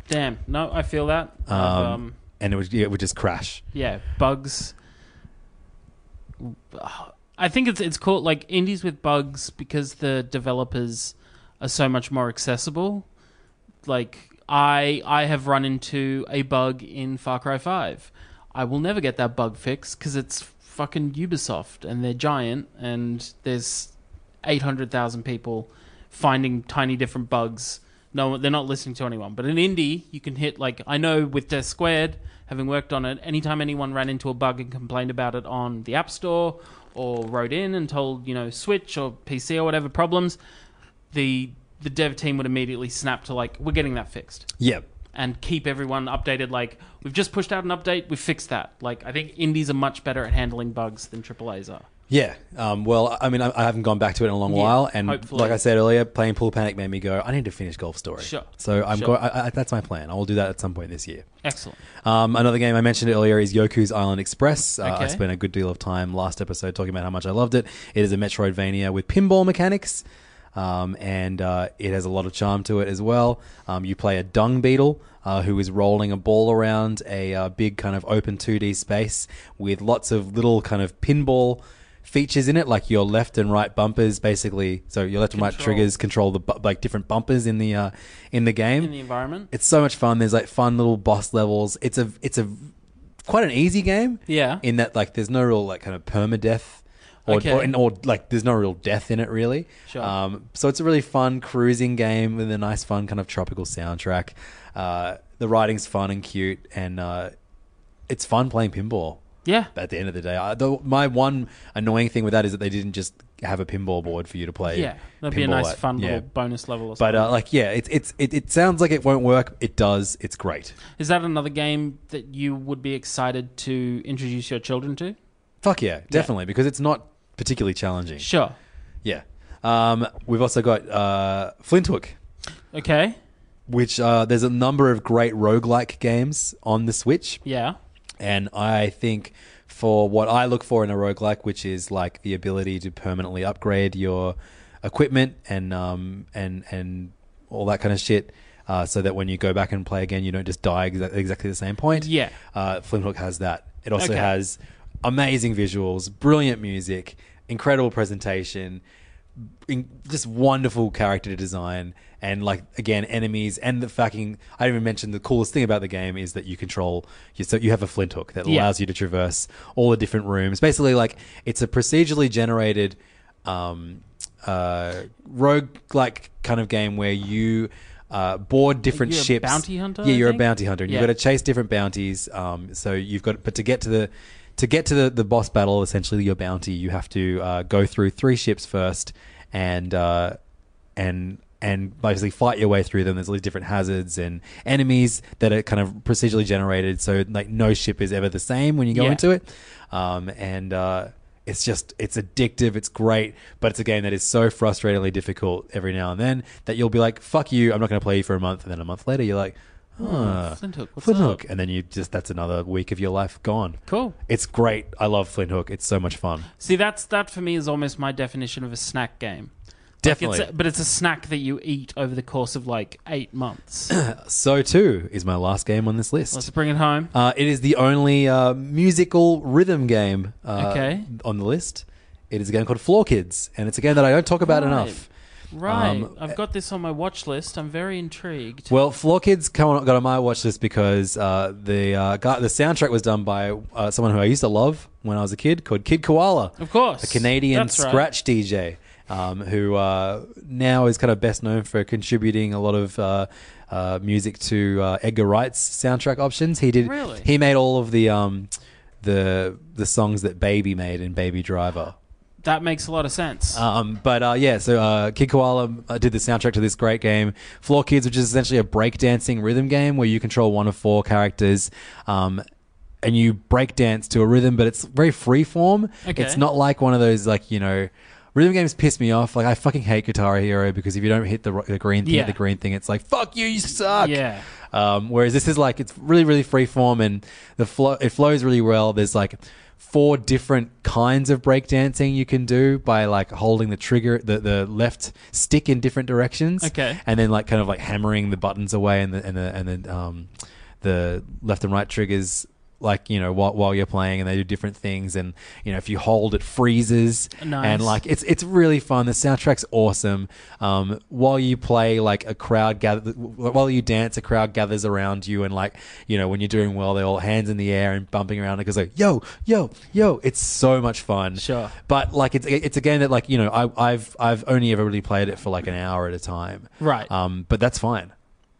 damn. No, I feel that. I've,
Um,
um
and it would it would just crash.
yeah, bugs. I think it's it's called like indies with bugs because the developers are so much more accessible. Like I I have run into a bug in Far Cry 5. I will never get that bug fixed cuz it's fucking Ubisoft and they're giant and there's 800,000 people finding tiny different bugs. No, they're not listening to anyone. But in indie, you can hit like I know with Death Squared, having worked on it. Anytime anyone ran into a bug and complained about it on the App Store or wrote in and told you know Switch or PC or whatever problems, the the dev team would immediately snap to like we're getting that fixed
Yeah,
and keep everyone updated. Like we've just pushed out an update, we fixed that. Like I think indies are much better at handling bugs than AAA's are.
yeah. Um, well, I mean, I, I haven't gone back to it in a long
Yeah,
while, and
hopefully.
like I said earlier, playing Pool Panic made me go, I need to finish Golf Story.
Sure,
So I'm
sure.
going. I, I, that's my plan. I will do that at some point this year.
Excellent.
Um, another game I mentioned earlier is Yoku's Island Express. Uh, I
Okay.
spent a good deal of time last episode talking about how much I loved it. It is a Metroidvania with pinball mechanics, um, and uh, it has a lot of charm to it as well. Um, you play a dung beetle uh, who is rolling a ball around a uh, big kind of open 2D space with lots of little kind of pinball features in it like your left and right bumpers basically so your left and right
Control.
triggers control the bu- like different bumpers in the uh, in the game
In the environment.
it's so much fun. There's like fun little boss levels. It's a it's a quite an easy game.
Yeah.
In that like there's no real like kind of permadeath or
Okay.
or, and- or like there's no real death in it really.
Sure.
Um, so it's a really fun cruising game with a nice fun kind of tropical soundtrack. Uh, the writing's fun and cute and uh, it's fun playing pinball.
Yeah.
At the end of the day, I, though my one annoying thing with that is that they didn't just have a pinball board for you to play.
Yeah, that'd be a
pinball
nice,
at.
fun
Yeah.
little bonus level. Or
But
something.
uh, like, yeah, it's it's it, it sounds like it won't work. It does. It's great.
is that another game that you would be excited to introduce your children to?
Fuck yeah, definitely because it's not particularly challenging.
Sure.
Yeah. Um, we've also got uh, Flinthook,
Okay.
which uh, there's a number of great roguelike games on the Switch.
Yeah.
And I think for what I look for in a roguelike, which is like the ability to permanently upgrade your equipment and um and and all that kind of shit. Uh, so that when you go back and play again, you don't just die exa- exactly the same point.
Yeah.
uh, Flinthook has that. It also
Okay.
has amazing visuals, brilliant music, incredible presentation, in, just wonderful character design, and like again enemies and the fucking. I didn't even mention the coolest thing about the game is that you control. You, so you have a flint hook that
Yeah.
allows you to traverse all the different rooms. Basically, like it's a procedurally generated. Um, uh, rogue-like kind of game where you uh, board different
You're a
ships.
bounty hunter,
Yeah,
I
you're a
think?
bounty hunter, and
Yeah.
you've got to chase different bounties. Um, so you've got, but to get to the to get to the, the boss battle, essentially your bounty, you have to uh, go through three ships first, and uh, and and basically fight your way through them. There's all these different hazards and enemies that are kind of procedurally generated, so like no ship is ever the same when you go
Yeah.
into it. Um, and uh, it's just it's addictive, it's great, but it's a game that is so frustratingly difficult every now and then that you'll be like, "Fuck you, I'm not going to play you for a month," and then a month later you're like. Huh.
Flint Hook, what's
Flint
up?
Hook, and then you just that's another week of your life gone.
Cool.
It's great. I love Flint Hook. It's so much fun.
See, that's that for me is almost my definition of a snack game. Like,
Definitely.
it's a- but it's a snack that you eat over the course of like eight months.
so too is my last game on this list.
Let's bring it home.
Uh, it is the only uh, musical rhythm game uh,
Okay.
on the list. It is a game called Floor Kids, and it's a game that I don't talk about
Right.
enough.
Right,
um,
I've got this on my watch list. I'm very intrigued.
Well, Floor Kids come on, got on my watch list because uh, the uh, guy, the soundtrack was done by uh, someone who I used to love when I was a kid called Kid Koala.
Of course.
a Canadian
That's right.
scratch DJ um, who uh, now is kind of best known for contributing a lot of uh, uh, music to uh, Edgar Wright's soundtrack options. He did.
Really?
He made all of the um, the the songs that Baby made in Baby Driver.
that makes a lot of sense.
Um, but uh, yeah, so uh, Kid Koala uh, did the soundtrack to this great game, Floor Kids, which is essentially a breakdancing rhythm game where you control one of four characters. Um, and you breakdance to a rhythm, but it's very free form.
Okay.
It's not like one of those, like, you know, rhythm games piss me off. Like, I fucking hate Guitar Hero because if you don't hit the, ro- the green thing,
Yeah.
the green thing, it's like, fuck you, you suck.
Yeah.
Um, whereas this is like it's really really free form and the flow it flows really well. There's like four different kinds of breakdancing you can do by like holding the trigger the, the left stick in different directions.
Okay.
And then like kind of like hammering the buttons away and the and the and the um the left and right triggers like you know while, while you're playing and they do different things and you know if you hold it freezes
Nice.
and like it's it's really fun. The soundtrack's awesome. Um, while you play, like a crowd gather, while you dance, a crowd gathers around you, and like you know when you're doing well, they're all hands in the air and bumping around because like yo yo yo, it's so much fun.
Sure.
but like it's it's a game that like you know I, I've I've only ever really played it for like an hour at a time.
Right.
Um, but that's fine.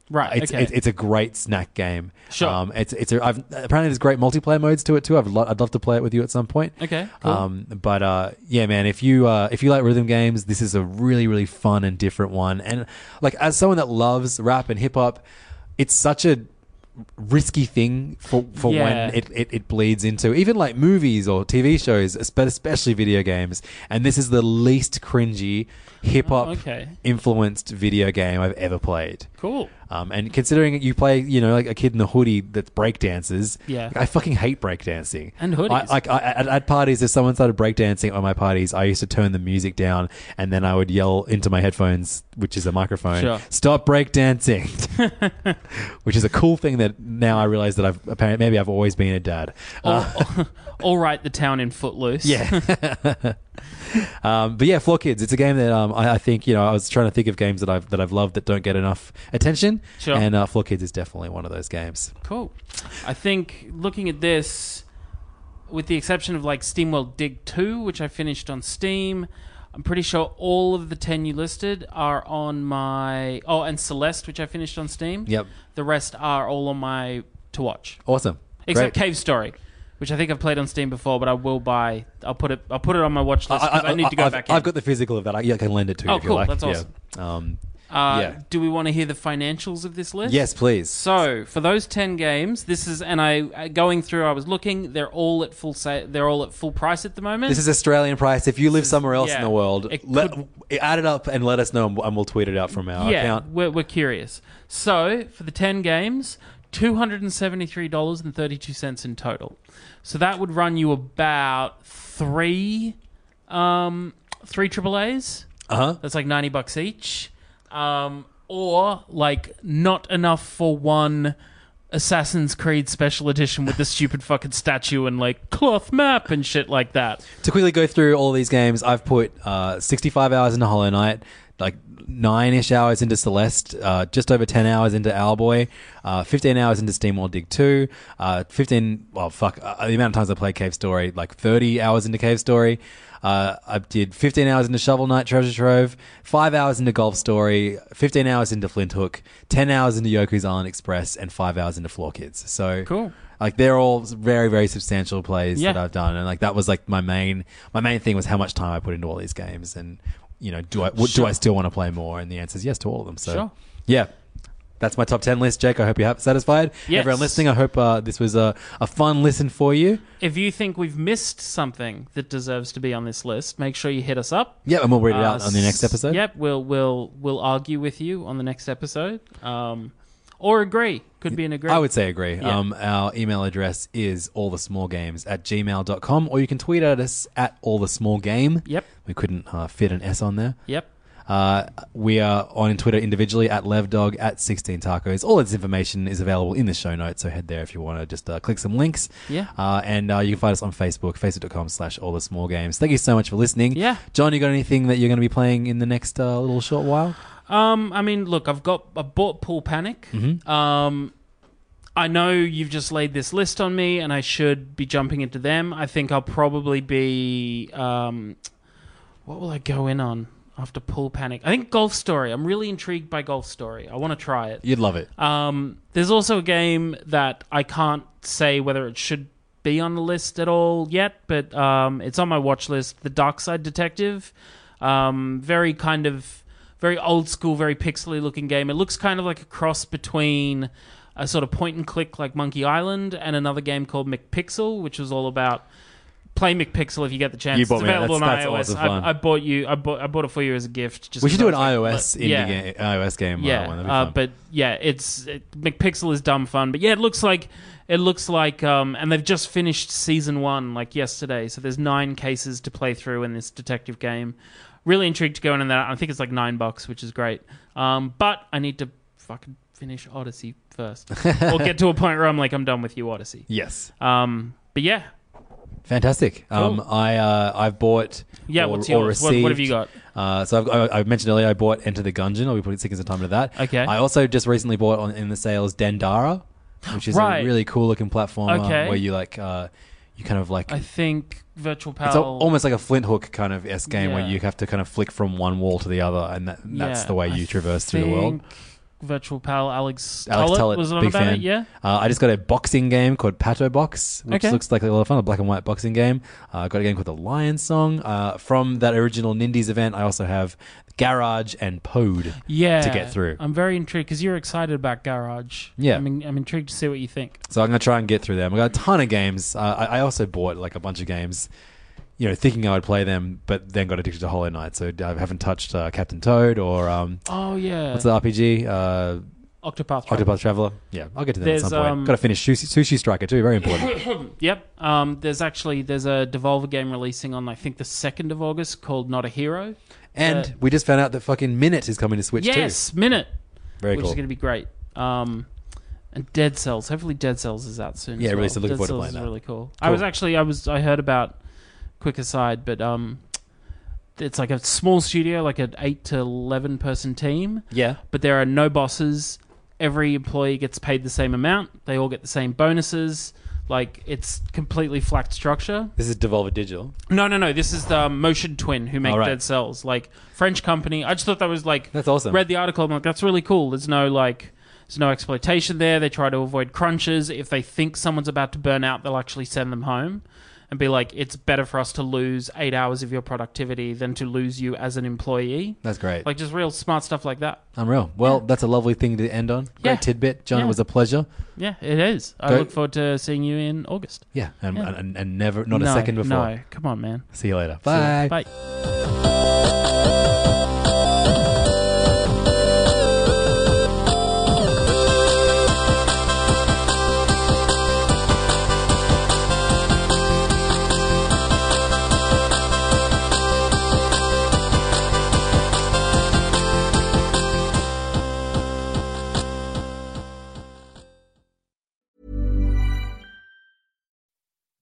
right.
It's,
okay.
it's it's a great snack game.
Sure.
Um, it's it's a, I've, apparently there's great multiplayer modes to it too. I've lo- I'd love to play it with you at some point.
Okay, cool.
Um, but uh, yeah, man, if you uh, if you like rhythm games, this is a really really fun and different one. And like as someone that loves rap and hip hop, it's such a risky thing for, for
Yeah.
when it, it, it bleeds into even like movies or TV shows, espe- especially video games. And this is the least cringy hip hop
Oh, okay.
influenced video game I've ever played.
cool.
Um, and considering you play, you know, like a kid in a hoodie that breakdances,
Yeah.
like, I fucking hate breakdancing
And hoodies.
I, like I, at, at parties, if someone started breakdancing on my parties, I used to turn the music down and then I would yell into my headphones, which is a microphone,
Sure.
"Stop breakdancing," which is a cool thing that now I realize that I've apparently maybe I've always been a dad.
Oh.
Uh,
All right, the town in Footloose.
yeah. um, but yeah, Floor Kids. It's a game that um, I, I think you know. I was trying to think of games that I've that I've loved that don't get enough attention.
Sure.
And uh, Floor Kids is definitely one of those games.
Cool. I think looking at this, with the exception of like SteamWorld Dig 2, which I finished on Steam, I'm pretty sure all of the 10 you listed are on my. Oh, and Celeste, which I finished on Steam.
Yep.
The rest are all on my to watch.
Awesome.
Except
Great.
Cave Story. Which I think I've played on Steam before, but I will buy. I'll put it. I'll put it on my watch list. 'cause I, need to go
I've,
back. in.
I've got the physical of that. I, yeah, I can lend it to you
Oh,
if you
cool.
like.
That's
Yeah.
awesome.
Um,
Uh,
yeah.
Do we want to hear the financials of this list?
Yes, please.
So for those ten games, this is and I uh, going through. I was looking; they're all at full. Sa- they're all at full price at the moment.
This is Australian price. If you live somewhere else
yeah.
in the world,
It
let,
could-
add it up and let us know, and we'll- and we'll tweet it out from our
yeah.
account.
We're, we're curious. So for the ten games, two hundred and seventy-three dollars and thirty-two cents in total. So that would run you about three, um, three triple A's.
Uh huh.
That's like 90 bucks each. Um, or like not enough for one Assassin's Creed Special Edition with the stupid fucking statue and like cloth map and shit like that.
to quickly go through all these games, I've put uh, 65 hours into Hollow Knight, like nine ish hours into Celeste, uh, just over 10 hours into Owlboy, uh, 15 hours into Steam World Dig 2, uh, 15, well, fuck, uh, the amount of times I played Cave Story, like 30 hours into Cave Story. Uh, I did 15 hours into Shovel Knight Treasure Trove, 5 hours into Golf Story, 15 hours into Flint Hook, 10 hours into Yoku's Island Express, and 5 hours into Floor Kids. So
Cool.
like they're all very very substantial plays that
Yeah.
I've done, and like that was like my main my main thing was how much time I put into all these games, and you know do I w- do I still want to play more? And the answer is yes to all of them. So
Sure.
yeah. That's my top 10 list, Jake. I hope you're ha- satisfied.
Yes.
Everyone listening, I hope uh, this was a, a fun listen for you.
If you think we've missed something that deserves to be on this list, make sure you hit us up.
Yeah, and we'll read it
Uh,
out on the next episode.
Yep, we'll we'll we'll argue with you on the next episode, um, or agree. Could be an agree.
I would say agree.
Yeah.
Um, our email address is all the small games at gmail.com, or you can tweet at us at all the small game.
Yep.
We couldn't uh, fit an S on there.
Yep.
Uh, we are on Twitter individually at levdog at 16 tacos. All this information is available in the show notes, so head there if you want to just uh, click some links.
Yeah.
Uh, and uh, you can find us on Facebook, facebook.com slash all the small games. Thank you so much for listening.
Yeah.
John, you got anything that you're going to be playing in the next uh, little short while?
Um, I mean, look, I've got I bought Pool Panic.
Mm-hmm.
Um, I know you've just laid this list on me, and I should be jumping into them. I think I'll probably be. Um, what will I go in on after Pool Panic? I think Golf Story. I'm really intrigued by Golf Story. I want to try it.
You'd love it.
Um, there's also a game that I can't say whether it should be on the list at all yet, but um, it's on my watch list. The Dark Side Detective, um, very kind of very old school, very pixely looking game. It looks kind of like a cross between a sort of point and click like Monkey Island and another game called McPixel, which was all about play McPixel if you get the chance.
You bought
it's
me that.
available
That's-
on
that's lots
iOS.
of fun.
I, I bought you. I bought. I bought it for you as a gift. Just
We should
'cause
do an
I was
iOS
like, "Let-
indie
yeah.
game, iOS game. uh,
Yeah,
one. That'd be
uh,
fun.
but yeah, it's it, McPixel is dumb fun, but yeah, it looks like it looks like, um, and they've just finished season one like yesterday, so there's nine cases to play through in this detective game. Really intrigued to go into that. I think it's like nine bucks, which is great. Um, but I need to fucking finish Odyssey first, or get to a point where I'm like, I'm done with you, Odyssey.
yes.
Um, but yeah,
Fantastic. Um,
Cool.
I uh, I've bought.
Yeah,
or-
what's
or
yours? What- what have
received,
you got?
Uh, so I've, I, I mentioned earlier I bought Enter the Gungeon. I'll be putting seconds of time into that.
Okay.
I also just recently bought on in the sales Dendara, which is
Right.
a really cool looking platformer
Okay.
where you like uh, you kind of like
I think Virtual Pal.
it's al- almost like a flint hook kind of S game where
Yeah.
you have to kind of flick from one wall to the other, and, that, and that's
Yeah,
the way
I
you traverse through the world.
think Virtual Pal, Alex,
Alex
Tullett
Tullett,
was on
big
about
fan.
it. Yeah,
uh, I just got a boxing game called Pato Box, which
Okay.
looks like a lot of fun, a black and white boxing game. Uh, I got a game called The Lion Song uh, from that original Nindies event. I also have Garage and Pode
yeah
to get through.
i'm very intrigued because you're excited about garage
Yeah.
i mean i'm intrigued to see what you think
So I'm gonna try and get through them. I got a ton of games. Uh, I, I also bought like a bunch of games, you know, thinking I would play them, but then got addicted to Hollow Knight. So I haven't touched uh, Captain Toad or um,
oh yeah
what's the RPG? Uh,
octopath Traveler.
Octopath Traveler. Yeah, I'll get to them
There's,
at some point.
um,
got to finish Sushi, Sushi Striker too. Very important.
yep um there's actually there's a devolver game releasing on i think the 2nd of august called not a hero
and we just found out that fucking Minute is coming to Switch
yes minute
too. Very
which
cool.
is going to be great um and Dead Cells. Hopefully, Dead Cells is out soon.
Yeah,
as
really,
well.
so looking
Dead
forward to
Cells
playing
is
that.
Really cool. I was actually, I was, I heard about. Quick aside, but um, it's like a small studio, like an eight to eleven person team.
yeah.
but there are no bosses. Every employee gets paid the same amount. They all get the same bonuses. Like it's completely flat structure.
This is Devolver Digital.
No, no, no. This is the Motion Twin who make
All right.
Dead Cells, like French company. I just thought that was like
That's awesome.
Read the article. I'm like, that's really cool. There's no like, there's no exploitation there. They try to avoid crunches. If they think someone's about to burn out, they'll actually send them home and be like, it's better for us to lose eight hours of your productivity than to lose you as an employee.
That's great.
Like just real smart stuff like that.
Unreal. Well, that's a lovely thing to end on. Great
Yeah.
tidbit, John.
Yeah.
It was a pleasure.
Yeah, it is. I
Go-
look forward to seeing you in August.
Yeah, and
Yeah.
And, and never, not
No,
a second before.
No, come on, man.
See you later.
See
Bye.
ya. Bye.